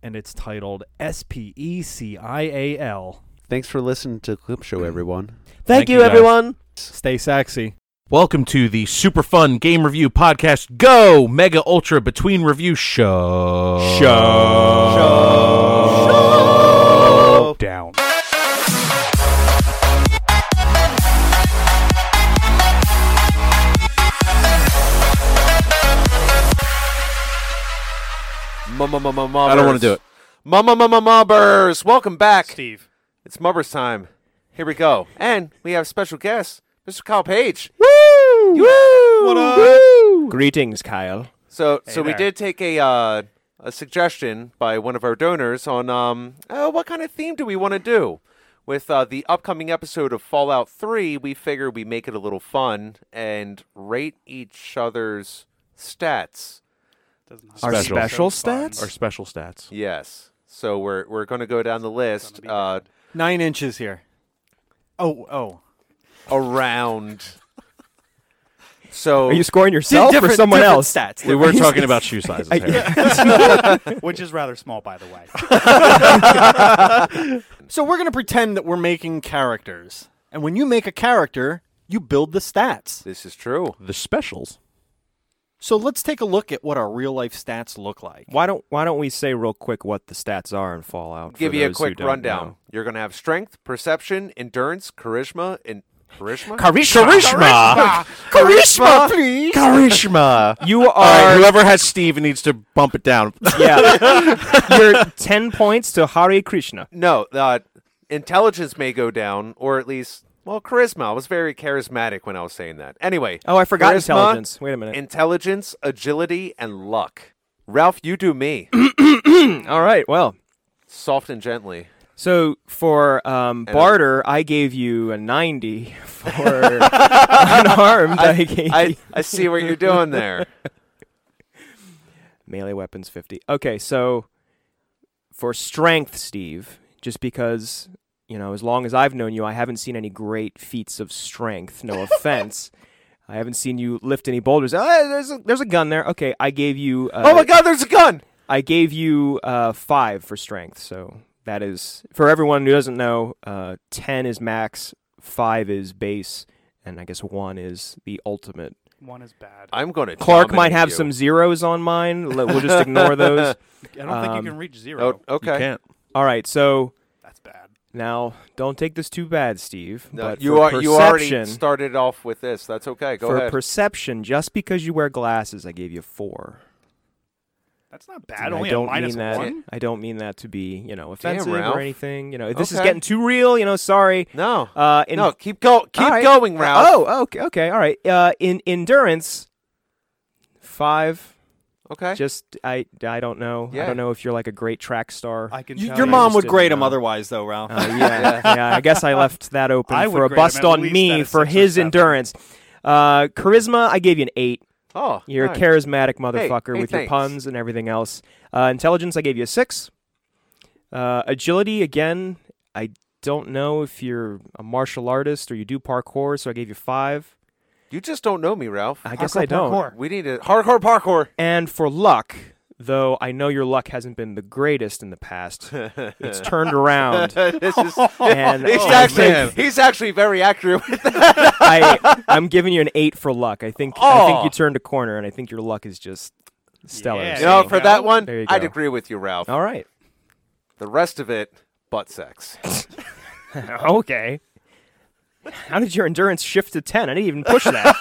Speaker 7: and it's titled S P E C I A L.
Speaker 5: Thanks for listening to Clip Show, everyone.
Speaker 4: Thank you, everyone.
Speaker 7: Stay sexy.
Speaker 4: Welcome to the super fun game review podcast. Go mega ultra between review show. Show. Show. Down.
Speaker 5: Mama, mama, mama.
Speaker 4: I don't want to do it.
Speaker 5: Mama, mama, mubbers. Welcome back.
Speaker 7: Steve.
Speaker 5: It's mubbers time. Here we go. And we have special guest, Mr. Kyle Page.
Speaker 2: Woo! Woo!
Speaker 5: What up?
Speaker 2: Greetings, Kyle.
Speaker 5: So, so we
Speaker 7: there.
Speaker 5: did take a uh,
Speaker 9: oh,
Speaker 5: a suggestion by one of our donors on um, uh, what kind of theme do we want to do?
Speaker 9: with uh, the upcoming episode of Fallout 3, we figure we make it a little fun and rate each other's stats.
Speaker 5: Doesn't have
Speaker 3: Our
Speaker 5: to be
Speaker 3: special
Speaker 5: so fun.
Speaker 3: stats?
Speaker 4: Our special stats.
Speaker 9: Yes. So we're we're going to go down the list
Speaker 5: be
Speaker 9: uh,
Speaker 2: Nine inches here. Oh, oh.
Speaker 9: around. So
Speaker 3: Are you scoring yourself or
Speaker 9: different-
Speaker 3: someone
Speaker 9: different
Speaker 3: else?
Speaker 9: Stats.
Speaker 4: We were talking about shoe sizes.
Speaker 3: I-
Speaker 4: Harry.
Speaker 5: Which is rather small, by the way.
Speaker 2: So we're going to pretend that we're making characters. And when you make a character, you build the stats.
Speaker 9: This is true.
Speaker 4: The specials.
Speaker 2: So let's take a look at what our real life stats look like.
Speaker 3: Why don't Why don't we say real quick what the stats are in Fallout? for
Speaker 9: Give you a
Speaker 3: those who
Speaker 9: quick
Speaker 3: don't
Speaker 9: rundown.
Speaker 3: know?
Speaker 9: You're going to have strength, perception, endurance, charisma, and charisma.
Speaker 4: Charisma.
Speaker 9: charisma, please.
Speaker 4: Charisma.
Speaker 3: You
Speaker 4: All right,
Speaker 3: are
Speaker 4: whoever has Steve needs to bump it down.
Speaker 3: yeah. You're ten points to Hare Krishna.
Speaker 9: No, uh, intelligence may go down, or at least, well, charisma. I was very charismatic when I was saying that. Anyway.
Speaker 3: Oh, I forgot
Speaker 9: charisma,
Speaker 3: intelligence. Wait a minute.
Speaker 9: Intelligence, agility, and luck. Ralph, you do me.
Speaker 3: All right. Well,
Speaker 9: Soft and gently.
Speaker 3: so for um,
Speaker 9: I-
Speaker 3: barter, I gave you a ninety. For unarmed, I, gave
Speaker 9: I,
Speaker 3: you
Speaker 9: I see what you're doing there.
Speaker 3: melee weapons fifty. Okay, so for strength, Steve, just because you know, as long as I've known you, I haven't seen any great feats of strength. No offense. I haven't seen you lift any boulders. Ah, there's a, there's a gun there. Okay, I gave you. Uh,
Speaker 9: oh my God, there's a gun.
Speaker 3: I gave you uh, five for strength, so that is for everyone who doesn't know. Uh, Ten is max, five is base, and I guess one is the ultimate.
Speaker 5: One is bad. I
Speaker 9: I'm going to.
Speaker 3: Clark might have some zeros on mine. Let- We'll just ignore those.
Speaker 5: don't think you
Speaker 3: Um,
Speaker 5: can reach zero.
Speaker 9: Oh,
Speaker 4: You
Speaker 9: okay.
Speaker 4: can't.
Speaker 3: All right, so
Speaker 5: That's bad.
Speaker 3: now don't take this too bad, Steve.
Speaker 9: No,
Speaker 3: but
Speaker 9: you
Speaker 3: for
Speaker 9: are.
Speaker 3: perception,
Speaker 9: You already started off with this. That's okay. Go
Speaker 3: for
Speaker 9: ahead.
Speaker 3: perception, just because you wear glasses, I gave you four.
Speaker 5: That's not bad.
Speaker 3: And
Speaker 5: Only
Speaker 3: I don't
Speaker 5: a minus
Speaker 3: mean that.
Speaker 5: one.
Speaker 3: I don't mean that to be you know offensive
Speaker 9: Ralph.
Speaker 3: or anything. You know, if this is
Speaker 9: Okay.
Speaker 3: getting too real, you know, sorry.
Speaker 9: no.
Speaker 3: Uh, in
Speaker 9: no. Keep go. Keep
Speaker 3: All right.
Speaker 9: going, Ralph.
Speaker 3: Oh, okay, okay, all right. Uh, in endurance, five.
Speaker 9: Okay.
Speaker 3: oh! Just I, I don't know. I
Speaker 9: Yeah.
Speaker 3: don't know if you're like a great track star.
Speaker 5: I can.
Speaker 2: Y-
Speaker 5: tell
Speaker 2: your
Speaker 5: you
Speaker 2: mom
Speaker 3: just
Speaker 2: would
Speaker 3: didn't
Speaker 2: grade him
Speaker 3: know.
Speaker 2: otherwise, though, Ralph.
Speaker 3: Uh, yeah, yeah. I guess I left that open
Speaker 5: I
Speaker 3: for
Speaker 5: would
Speaker 3: a
Speaker 5: grade him
Speaker 3: bust
Speaker 5: at
Speaker 3: on
Speaker 5: least at
Speaker 3: me
Speaker 5: a
Speaker 3: for
Speaker 5: six or
Speaker 3: his
Speaker 5: seven.
Speaker 3: endurance. Uh, charisma, I gave you an eight.
Speaker 9: oh,
Speaker 3: You're
Speaker 9: nice.
Speaker 3: a charismatic motherfucker
Speaker 9: hey,
Speaker 3: with your
Speaker 9: thanks.
Speaker 3: puns and everything else. Uh, intelligence, I gave you a six. Uh, agility, again, I don't know if you're a martial artist or you do parkour, so I gave you five.
Speaker 9: You just don't know me, Ralph.
Speaker 3: I guess I don't.
Speaker 9: we need a hardcore parkour.
Speaker 3: And for luck, though I know your luck hasn't been the greatest in the past, it's turned around.
Speaker 9: this is.
Speaker 3: And oh,
Speaker 5: Oh,
Speaker 9: He's
Speaker 3: I,
Speaker 9: actually
Speaker 3: think
Speaker 9: he's actually very accurate.
Speaker 3: I, I'm giving you an eight for luck. I think I
Speaker 9: Oh.
Speaker 3: think you turned a corner, and I think your luck is just stellar.
Speaker 5: Yeah.
Speaker 9: you know,
Speaker 3: so-
Speaker 9: for that one,
Speaker 3: There you
Speaker 9: I'd
Speaker 3: go.
Speaker 9: agree with you, Ralph.
Speaker 3: all right.
Speaker 9: The rest of it, butt sex.
Speaker 3: okay. How did your endurance shift to 10? I didn't even push that.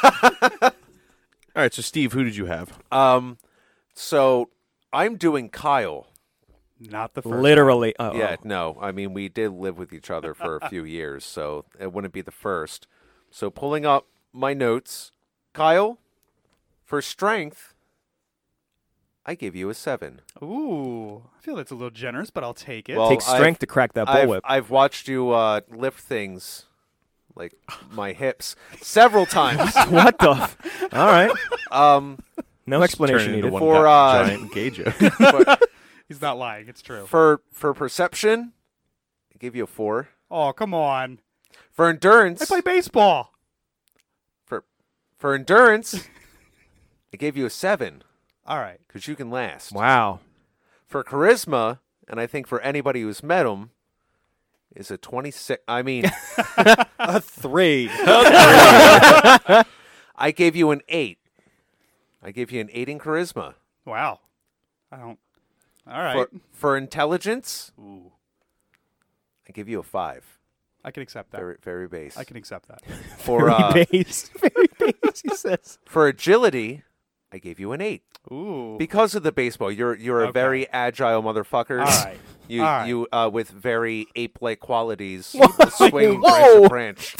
Speaker 4: All right, so Steve, who did you have?
Speaker 9: Um, so I'm doing Kyle.
Speaker 5: Not the first.
Speaker 3: Literally. Oh,
Speaker 9: Yeah, no. I mean, we did live with each other for a few years, so it wouldn't be the first. So pulling up my notes, Kyle, for strength, I give you a seven.
Speaker 5: Ooh, I feel that's a little generous, but I'll take it.
Speaker 9: Well,
Speaker 3: Takes
Speaker 9: I've-
Speaker 3: strength to crack that
Speaker 9: I've,
Speaker 3: bullwhip.
Speaker 9: I've watched you uh, lift things like my hips several times.
Speaker 3: what the? F- all right.
Speaker 9: Um,
Speaker 3: No explanation
Speaker 4: Turn into
Speaker 3: needed.
Speaker 4: one
Speaker 9: For,
Speaker 4: guy-
Speaker 9: uh,
Speaker 4: giant gay joke.
Speaker 9: for,
Speaker 5: He's not lying. It's true.
Speaker 9: for for perception, I give you a four.
Speaker 5: Oh, come on.
Speaker 9: For
Speaker 5: I
Speaker 9: endurance,
Speaker 5: play baseball.
Speaker 9: for for endurance, I gave you a seven
Speaker 5: All right.
Speaker 9: because you can last.
Speaker 3: Wow.
Speaker 9: for charisma, and I think for anybody who's met him, is a 26. I mean,
Speaker 2: a three.
Speaker 9: I gave you an eight. I gave you an eight in charisma.
Speaker 5: Wow. I don't. All right.
Speaker 9: For, for intelligence,
Speaker 5: Ooh,
Speaker 9: I give you a five.
Speaker 5: I can accept that.
Speaker 9: Very, very base.
Speaker 5: I can accept that.
Speaker 9: for, uh,
Speaker 3: Very base. Very base, he says.
Speaker 9: for agility, I gave you an eight.
Speaker 5: Ooh.
Speaker 9: Because of the baseball, you're you're a
Speaker 5: Okay.
Speaker 9: very agile motherfucker.
Speaker 5: All right.
Speaker 9: You
Speaker 5: All right.
Speaker 9: you uh, with very ape-like qualities, you can swing branch
Speaker 3: Whoa.
Speaker 9: to branch.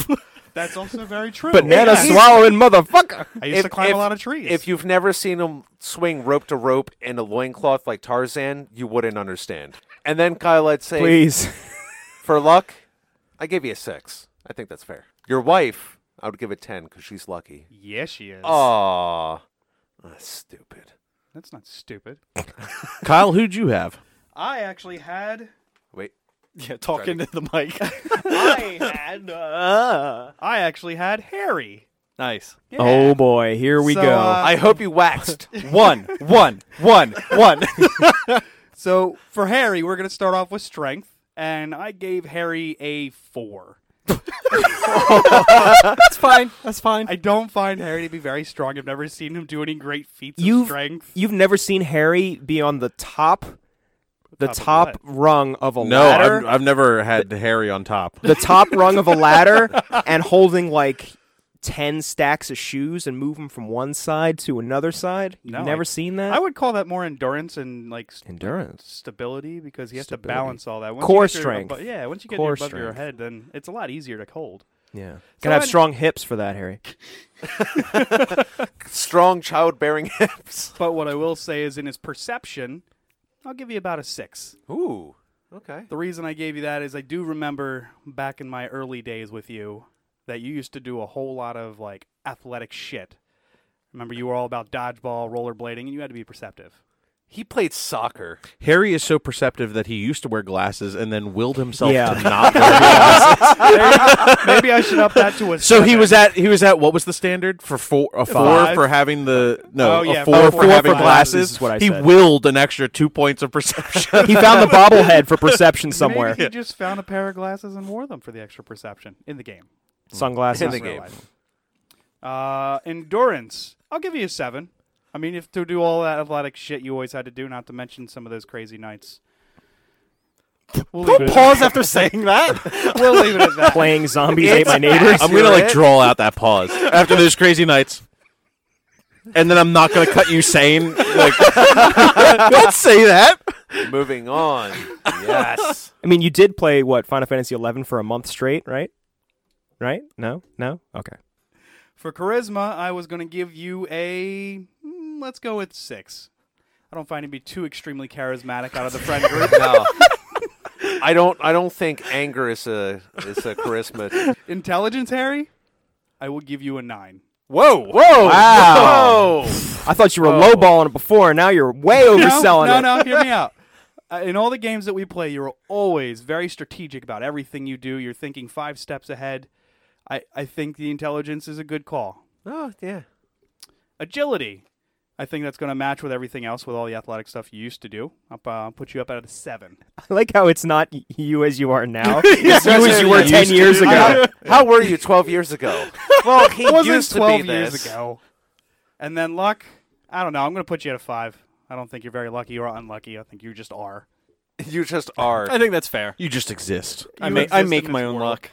Speaker 5: That's also very true.
Speaker 3: Banana
Speaker 5: Yeah.
Speaker 3: swallowing motherfucker.
Speaker 5: I used to climb a lot of trees.
Speaker 9: If you've never seen him swing rope to rope in a loincloth like Tarzan, you wouldn't understand. And then Kyle, I'd say
Speaker 3: Please.
Speaker 9: for luck,
Speaker 5: I gave you a six. I think that's fair. Your wife, I would give a ten because she's lucky.
Speaker 9: Yes, she is.
Speaker 5: Aw, that's stupid.
Speaker 9: That's not stupid.
Speaker 4: Kyle, who'd you have?
Speaker 9: I actually had.
Speaker 5: Wait,
Speaker 2: Yeah, talk
Speaker 5: Try to-
Speaker 2: into the mic.
Speaker 9: I had. Uh, I actually had Harry.
Speaker 2: nice.
Speaker 9: Yeah.
Speaker 3: Oh boy, here we
Speaker 9: So,
Speaker 3: go.
Speaker 9: uh,
Speaker 5: I hope you waxed.
Speaker 2: One, one, one, one.
Speaker 9: So for Harry, we're going to start off with strength, and I gave Harry a four.
Speaker 2: That's fine. That's fine.
Speaker 9: I don't find Harry to be very strong. I've never seen him do any great feats of
Speaker 3: You've-
Speaker 9: strength.
Speaker 3: You've never seen Harry be on the top, the
Speaker 9: Top
Speaker 3: top,
Speaker 9: of
Speaker 3: rung of a
Speaker 4: No,
Speaker 3: ladder,
Speaker 4: I've, I've never had Harry on top.
Speaker 3: the top rung of a ladder, and holding like ten stacks of shoes and move them from one side to another side. You've
Speaker 9: No,
Speaker 3: never
Speaker 9: I-
Speaker 3: seen that.
Speaker 9: I would call that more endurance and like s-
Speaker 3: Endurance.
Speaker 9: stability because he has
Speaker 3: Stability.
Speaker 9: to balance all that. Once
Speaker 3: Core
Speaker 9: you get your-
Speaker 3: strength.
Speaker 9: abo- yeah, once you get
Speaker 3: Core
Speaker 9: above your
Speaker 3: strength.
Speaker 9: head, then it's a lot easier to hold.
Speaker 3: Yeah,
Speaker 9: So
Speaker 3: gotta have
Speaker 9: any-
Speaker 3: strong hips for that, Harry.
Speaker 5: Strong childbearing hips.
Speaker 9: But what I will say is, in his perception, I'll give you about a six.
Speaker 5: Ooh. Okay.
Speaker 9: The reason I gave you that is I do remember back in my early days with you that you used to do a whole lot of like athletic shit. Remember, you were all about dodgeball, rollerblading, and you had to be perceptive.
Speaker 5: He played soccer.
Speaker 4: Harry is so perceptive that he used to wear glasses and then willed himself
Speaker 3: Yeah.
Speaker 4: to not wear glasses.
Speaker 9: Maybe I should up that to a.
Speaker 4: So he
Speaker 9: seven.
Speaker 4: was at he was at what was the standard for four a four
Speaker 9: Five.
Speaker 4: for having the no
Speaker 9: Oh, yeah,
Speaker 4: a four,
Speaker 9: four
Speaker 4: for
Speaker 9: for
Speaker 4: having
Speaker 9: glasses.
Speaker 4: glasses.
Speaker 3: This is what I
Speaker 4: he
Speaker 3: said.
Speaker 4: willed an extra two points of perception.
Speaker 3: He found the bobblehead for perception
Speaker 9: Maybe
Speaker 3: somewhere.
Speaker 9: he just found a pair of glasses and wore them for the extra perception in the game.
Speaker 3: Sunglasses.
Speaker 5: In the
Speaker 9: Not real
Speaker 5: game.
Speaker 9: life. Uh, endurance. I'll give you a seven. I mean, if to do all that athletic shit you always had to do, not to mention some of those crazy nights. We'll leave it, at-
Speaker 2: Pause after saying that.
Speaker 9: we'll leave it at that.
Speaker 3: Playing zombies ate my neighbors.
Speaker 4: I'm gonna like draw out that pause after those crazy nights, and then I'm not gonna cut you sane. Like, don't say that.
Speaker 5: Moving on. Yes.
Speaker 3: I mean, you did play what Final Fantasy XI for a month straight, right? Right? No, no. Okay.
Speaker 9: For charisma, I was going to give you a. mm, Let's go with six. I don't find him to be too extremely charismatic out of the friend group.
Speaker 5: No. I don't. I don't think anger is a is a charisma.
Speaker 9: Intelligence, Harry. I will give you a nine.
Speaker 5: Whoa! Whoa!
Speaker 3: Wow.
Speaker 5: Whoa.
Speaker 3: I thought you were lowballing it before, and now you're way overselling
Speaker 9: no,
Speaker 3: it.
Speaker 9: No, no, hear me out. Uh, in all the games that we play, you're always very strategic about everything you do. You're thinking five steps ahead. I, I think the intelligence is a good call.
Speaker 5: Oh yeah.
Speaker 9: Agility. I think that's going to match with everything else with all the athletic stuff you used to do. I'll uh, put you up at a seven.
Speaker 3: I like how it's not y- you as you are now. It's you as you were ten years ago.
Speaker 5: How, how were you 12 years ago? Well, he
Speaker 9: It wasn't
Speaker 5: used to
Speaker 9: 12
Speaker 5: be
Speaker 9: years
Speaker 5: this.
Speaker 9: ago. And then luck. I don't know. I'm going to put you at a five. I don't think you're very lucky or unlucky. I think you just are.
Speaker 5: You just are.
Speaker 2: I think that's fair.
Speaker 4: You just exist.
Speaker 2: I
Speaker 9: You
Speaker 2: make I
Speaker 9: exist
Speaker 2: make
Speaker 9: in
Speaker 2: my
Speaker 9: this
Speaker 2: own
Speaker 9: world.
Speaker 2: luck.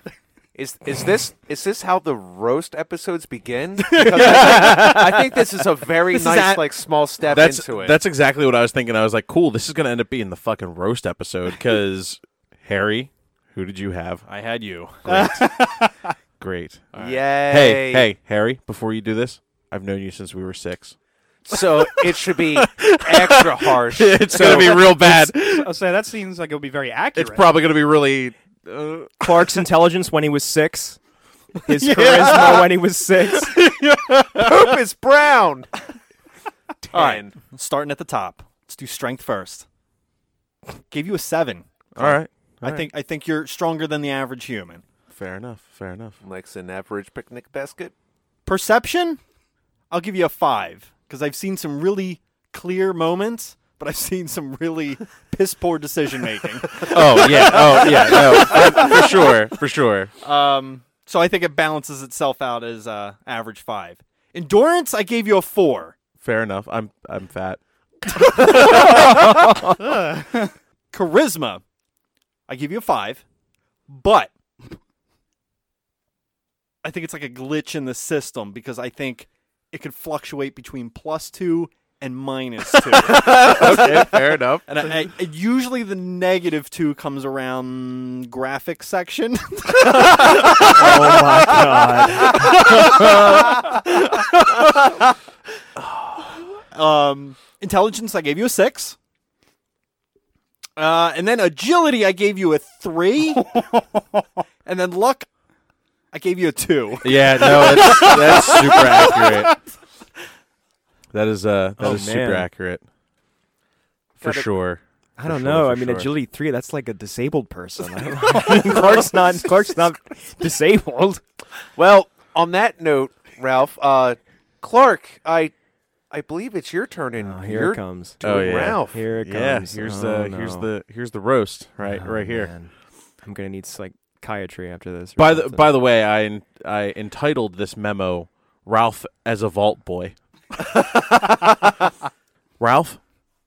Speaker 5: Is is this is this how the roast episodes begin? Because I I think this is a very
Speaker 2: is
Speaker 5: nice,
Speaker 2: at-
Speaker 5: like, small step
Speaker 4: That's
Speaker 5: into it.
Speaker 4: that's exactly what I was thinking. I was like, cool, this is gonna end up being the fucking roast episode because Harry, who did you have?
Speaker 2: I had you.
Speaker 4: Great.
Speaker 5: Yay!
Speaker 4: Hey, hey, Harry, before you do this, I've known you since we were six.
Speaker 5: So it should be extra harsh.
Speaker 4: It's gonna be real bad.
Speaker 9: I'll say that seems like it would be very accurate.
Speaker 4: It's probably gonna be really. Uh,
Speaker 3: Clark's intelligence when he was six. His charisma when he was six.
Speaker 5: Poop is brown.
Speaker 2: All right. Starting at the top. Let's do strength first. Gave you a seven.
Speaker 4: all right,
Speaker 2: I think I think you're stronger than the average human.
Speaker 4: fair enough. Fair enough.
Speaker 5: Likes an average picnic basket.
Speaker 2: Perception, I'll give you a five because I've seen some really clear moments, but I've seen some really piss poor decision making.
Speaker 4: Oh yeah. Oh yeah. No, for, for sure. For sure.
Speaker 2: Um, so I think it balances itself out as uh, average five. Endurance, I gave you a four.
Speaker 4: Fair enough. I'm I'm fat.
Speaker 2: Charisma, I give you a five, but I think it's like a glitch in the system because I think it could fluctuate between plus two and minus two.
Speaker 4: Okay. fair enough.
Speaker 2: And I, I, usually the negative two comes around graphic section.
Speaker 3: Oh my god.
Speaker 2: um, intelligence, I gave you a six. Uh, and then agility, I gave you a three, and then luck, I gave you a two.
Speaker 4: Yeah, no, that's, that's super accurate. That is uh, that is
Speaker 3: Oh, man.
Speaker 4: super accurate for
Speaker 5: Gotta-
Speaker 4: sure.
Speaker 3: I don't
Speaker 4: sure,
Speaker 3: know.
Speaker 4: for
Speaker 3: I mean,
Speaker 4: sure.
Speaker 3: agility three. That's like a disabled person. I don't know. Clark's not. Clark's not disabled.
Speaker 5: Well, on that note, Ralph, uh, Clark, I, I believe it's your turn in
Speaker 2: Uh,
Speaker 3: Oh, here
Speaker 5: your
Speaker 3: it comes.
Speaker 5: to
Speaker 4: Oh, yeah.
Speaker 5: Ralph.
Speaker 3: Here it
Speaker 4: Yeah,
Speaker 3: comes.
Speaker 4: here's
Speaker 3: Oh,
Speaker 4: the here's
Speaker 3: no. Oh,
Speaker 4: the here's the roast right right here.
Speaker 3: I'm gonna need like psychiatry after this.
Speaker 4: By the by the way, I en- I entitled this memo Ralph as a vault boy. Ralph,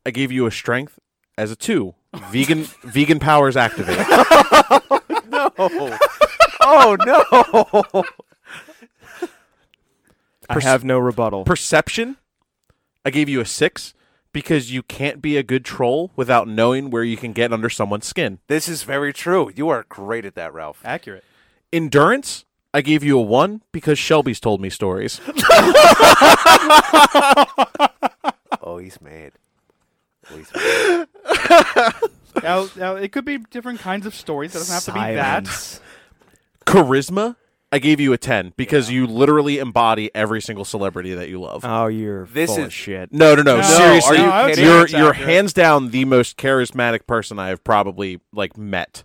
Speaker 4: I gave you a strength as a 2. Vegan vegan powers activate.
Speaker 5: Oh, oh no!
Speaker 3: I have no rebuttal.
Speaker 4: Perception, I gave you a 6 because you can't be a good troll without knowing where you can get under someone's skin.
Speaker 5: This is very true. You are great at that, Ralph.
Speaker 9: Accurate.
Speaker 4: Endurance, I gave you a 1 because Shelby's told me stories.
Speaker 5: Oh, he's mad. Oh, he's mad.
Speaker 9: Now, now it could be different kinds of stories. It doesn't have to be that.
Speaker 3: Silence.
Speaker 4: Charisma, I gave you a 10 because you literally embody every single celebrity that you love.
Speaker 3: Oh, you're
Speaker 5: This
Speaker 3: full
Speaker 5: is-
Speaker 3: of shit.
Speaker 4: No, no, no.
Speaker 9: Uh, No,
Speaker 4: Seriously,
Speaker 9: are you No, kidding? I
Speaker 4: are
Speaker 9: would say
Speaker 4: you're
Speaker 9: that's accurate.
Speaker 4: hands down the most charismatic person I have probably like met.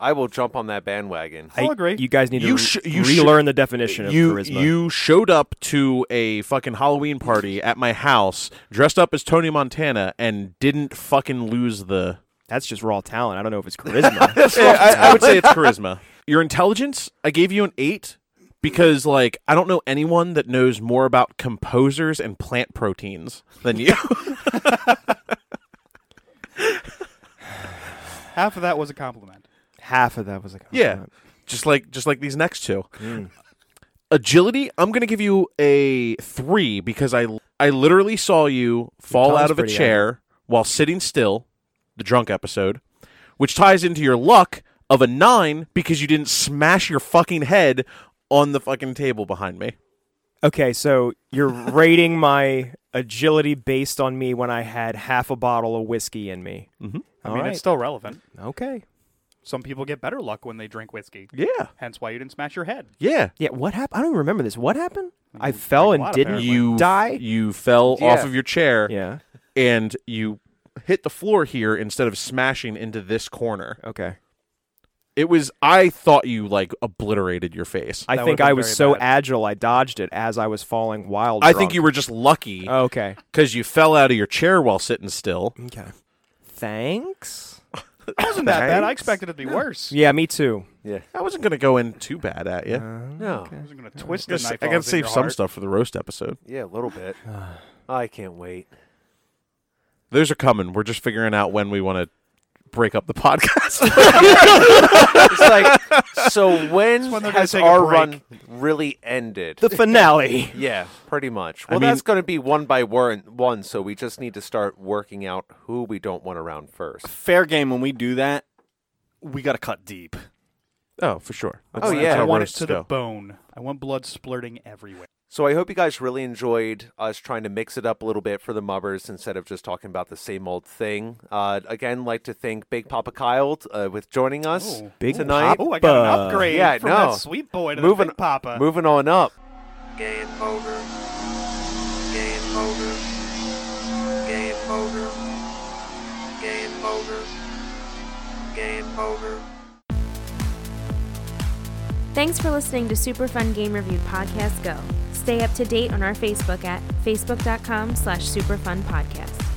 Speaker 5: I will jump on that bandwagon.
Speaker 9: I'll agree.
Speaker 3: You guys need to
Speaker 4: You
Speaker 3: re-
Speaker 4: sh- you sh-
Speaker 3: relearn the definition of
Speaker 4: You
Speaker 3: charisma.
Speaker 4: you showed up to a fucking Halloween party at my house dressed up as Tony Montana and didn't fucking lose the.
Speaker 3: That's just raw talent. I don't know if it's charisma.
Speaker 4: Yeah, I, I would say it's charisma. Your intelligence, I gave you an eight because like I don't know anyone that knows more about composers and plant proteins than you.
Speaker 9: Half of that was a compliment.
Speaker 3: Half of that was like, oh,
Speaker 4: Yeah. Just like just like these next two. Agility, I'm going to give you a 3 because I I literally saw you fall
Speaker 3: tongue's
Speaker 4: out of a
Speaker 3: pretty
Speaker 4: chair while sitting still, the drunk episode, which ties into your luck of a 9 because you didn't smash your fucking head on the fucking table behind me.
Speaker 3: Okay, so you're rating my agility based on me when I had half a bottle of whiskey in me. Mm-hmm.
Speaker 9: I mean, it's still relevant.
Speaker 3: okay.
Speaker 9: Some people get better luck when they drink whiskey.
Speaker 4: Yeah.
Speaker 9: Hence why you didn't smash your head.
Speaker 4: Yeah.
Speaker 3: Yeah, what happened? I don't even remember this. What happened? I fell
Speaker 9: drank Mm, a
Speaker 3: and
Speaker 9: lot,
Speaker 3: didn't
Speaker 9: apparently.
Speaker 4: You
Speaker 3: die.
Speaker 4: You fell off
Speaker 5: Yeah.
Speaker 4: of your chair
Speaker 3: Yeah.
Speaker 4: and you hit the floor here instead of smashing into this corner.
Speaker 3: Okay.
Speaker 4: It was I thought you like obliterated your face.
Speaker 3: I
Speaker 9: That
Speaker 3: think
Speaker 9: would've
Speaker 3: I
Speaker 9: been
Speaker 3: was
Speaker 9: very
Speaker 3: so
Speaker 9: bad.
Speaker 3: agile I dodged it as I was falling wild.
Speaker 4: I
Speaker 3: drunk.
Speaker 4: think you were just lucky
Speaker 3: Oh, okay.
Speaker 4: because you fell out of your chair while sitting still.
Speaker 3: Okay. Thanks.
Speaker 9: It wasn't that bad. I
Speaker 3: Thanks.
Speaker 9: expected it to be worse.
Speaker 3: Yeah, me too.
Speaker 4: I wasn't gonna go in too bad at you.
Speaker 3: Uh,
Speaker 5: No,
Speaker 9: I was going to twist the
Speaker 4: Gotta sa-
Speaker 9: knife.
Speaker 4: I
Speaker 9: off
Speaker 4: gotta
Speaker 9: in
Speaker 4: save
Speaker 9: your
Speaker 4: some
Speaker 9: heart.
Speaker 4: stuff for the roast episode.
Speaker 5: yeah, a little bit. I can't wait.
Speaker 4: Those are coming. We're just figuring out when we want to break up the podcast.
Speaker 5: It's like, so when
Speaker 9: when they're gonna
Speaker 5: has
Speaker 9: take a
Speaker 5: our run
Speaker 9: break.
Speaker 5: really ended?
Speaker 3: The finale.
Speaker 5: yeah, pretty much.
Speaker 4: I
Speaker 5: Well,
Speaker 4: mean-
Speaker 5: that's going to be one by one, one. So we just need to start working out who we don't want around first.
Speaker 2: Fair game. When we do that, we got to cut deep.
Speaker 4: oh, for sure.
Speaker 5: Oh, yeah.
Speaker 9: I
Speaker 5: how
Speaker 9: want it
Speaker 4: roasts
Speaker 9: to the
Speaker 4: go.
Speaker 9: bone. I want blood splurting everywhere.
Speaker 5: So I hope you guys really enjoyed us trying to mix it up a little bit for the mubbers instead of just talking about the same old thing. Uh, again, like to thank Big Papa Kyle uh, with joining us
Speaker 9: Oh.
Speaker 3: Big
Speaker 5: tonight.
Speaker 3: Papa.
Speaker 9: Oh, I got an
Speaker 3: Papa.
Speaker 9: upgrade
Speaker 5: Yeah,
Speaker 9: from
Speaker 5: no.
Speaker 9: that sweet boy to
Speaker 5: Moving-
Speaker 9: the big papa.
Speaker 5: Moving on up.
Speaker 14: Game over. Game over. Game over. Game over. Game over.
Speaker 1: Thanks for listening to Super Fun Game Review Podcast Go. Stay up to date on our Facebook at facebook.com slash superfunpodcast.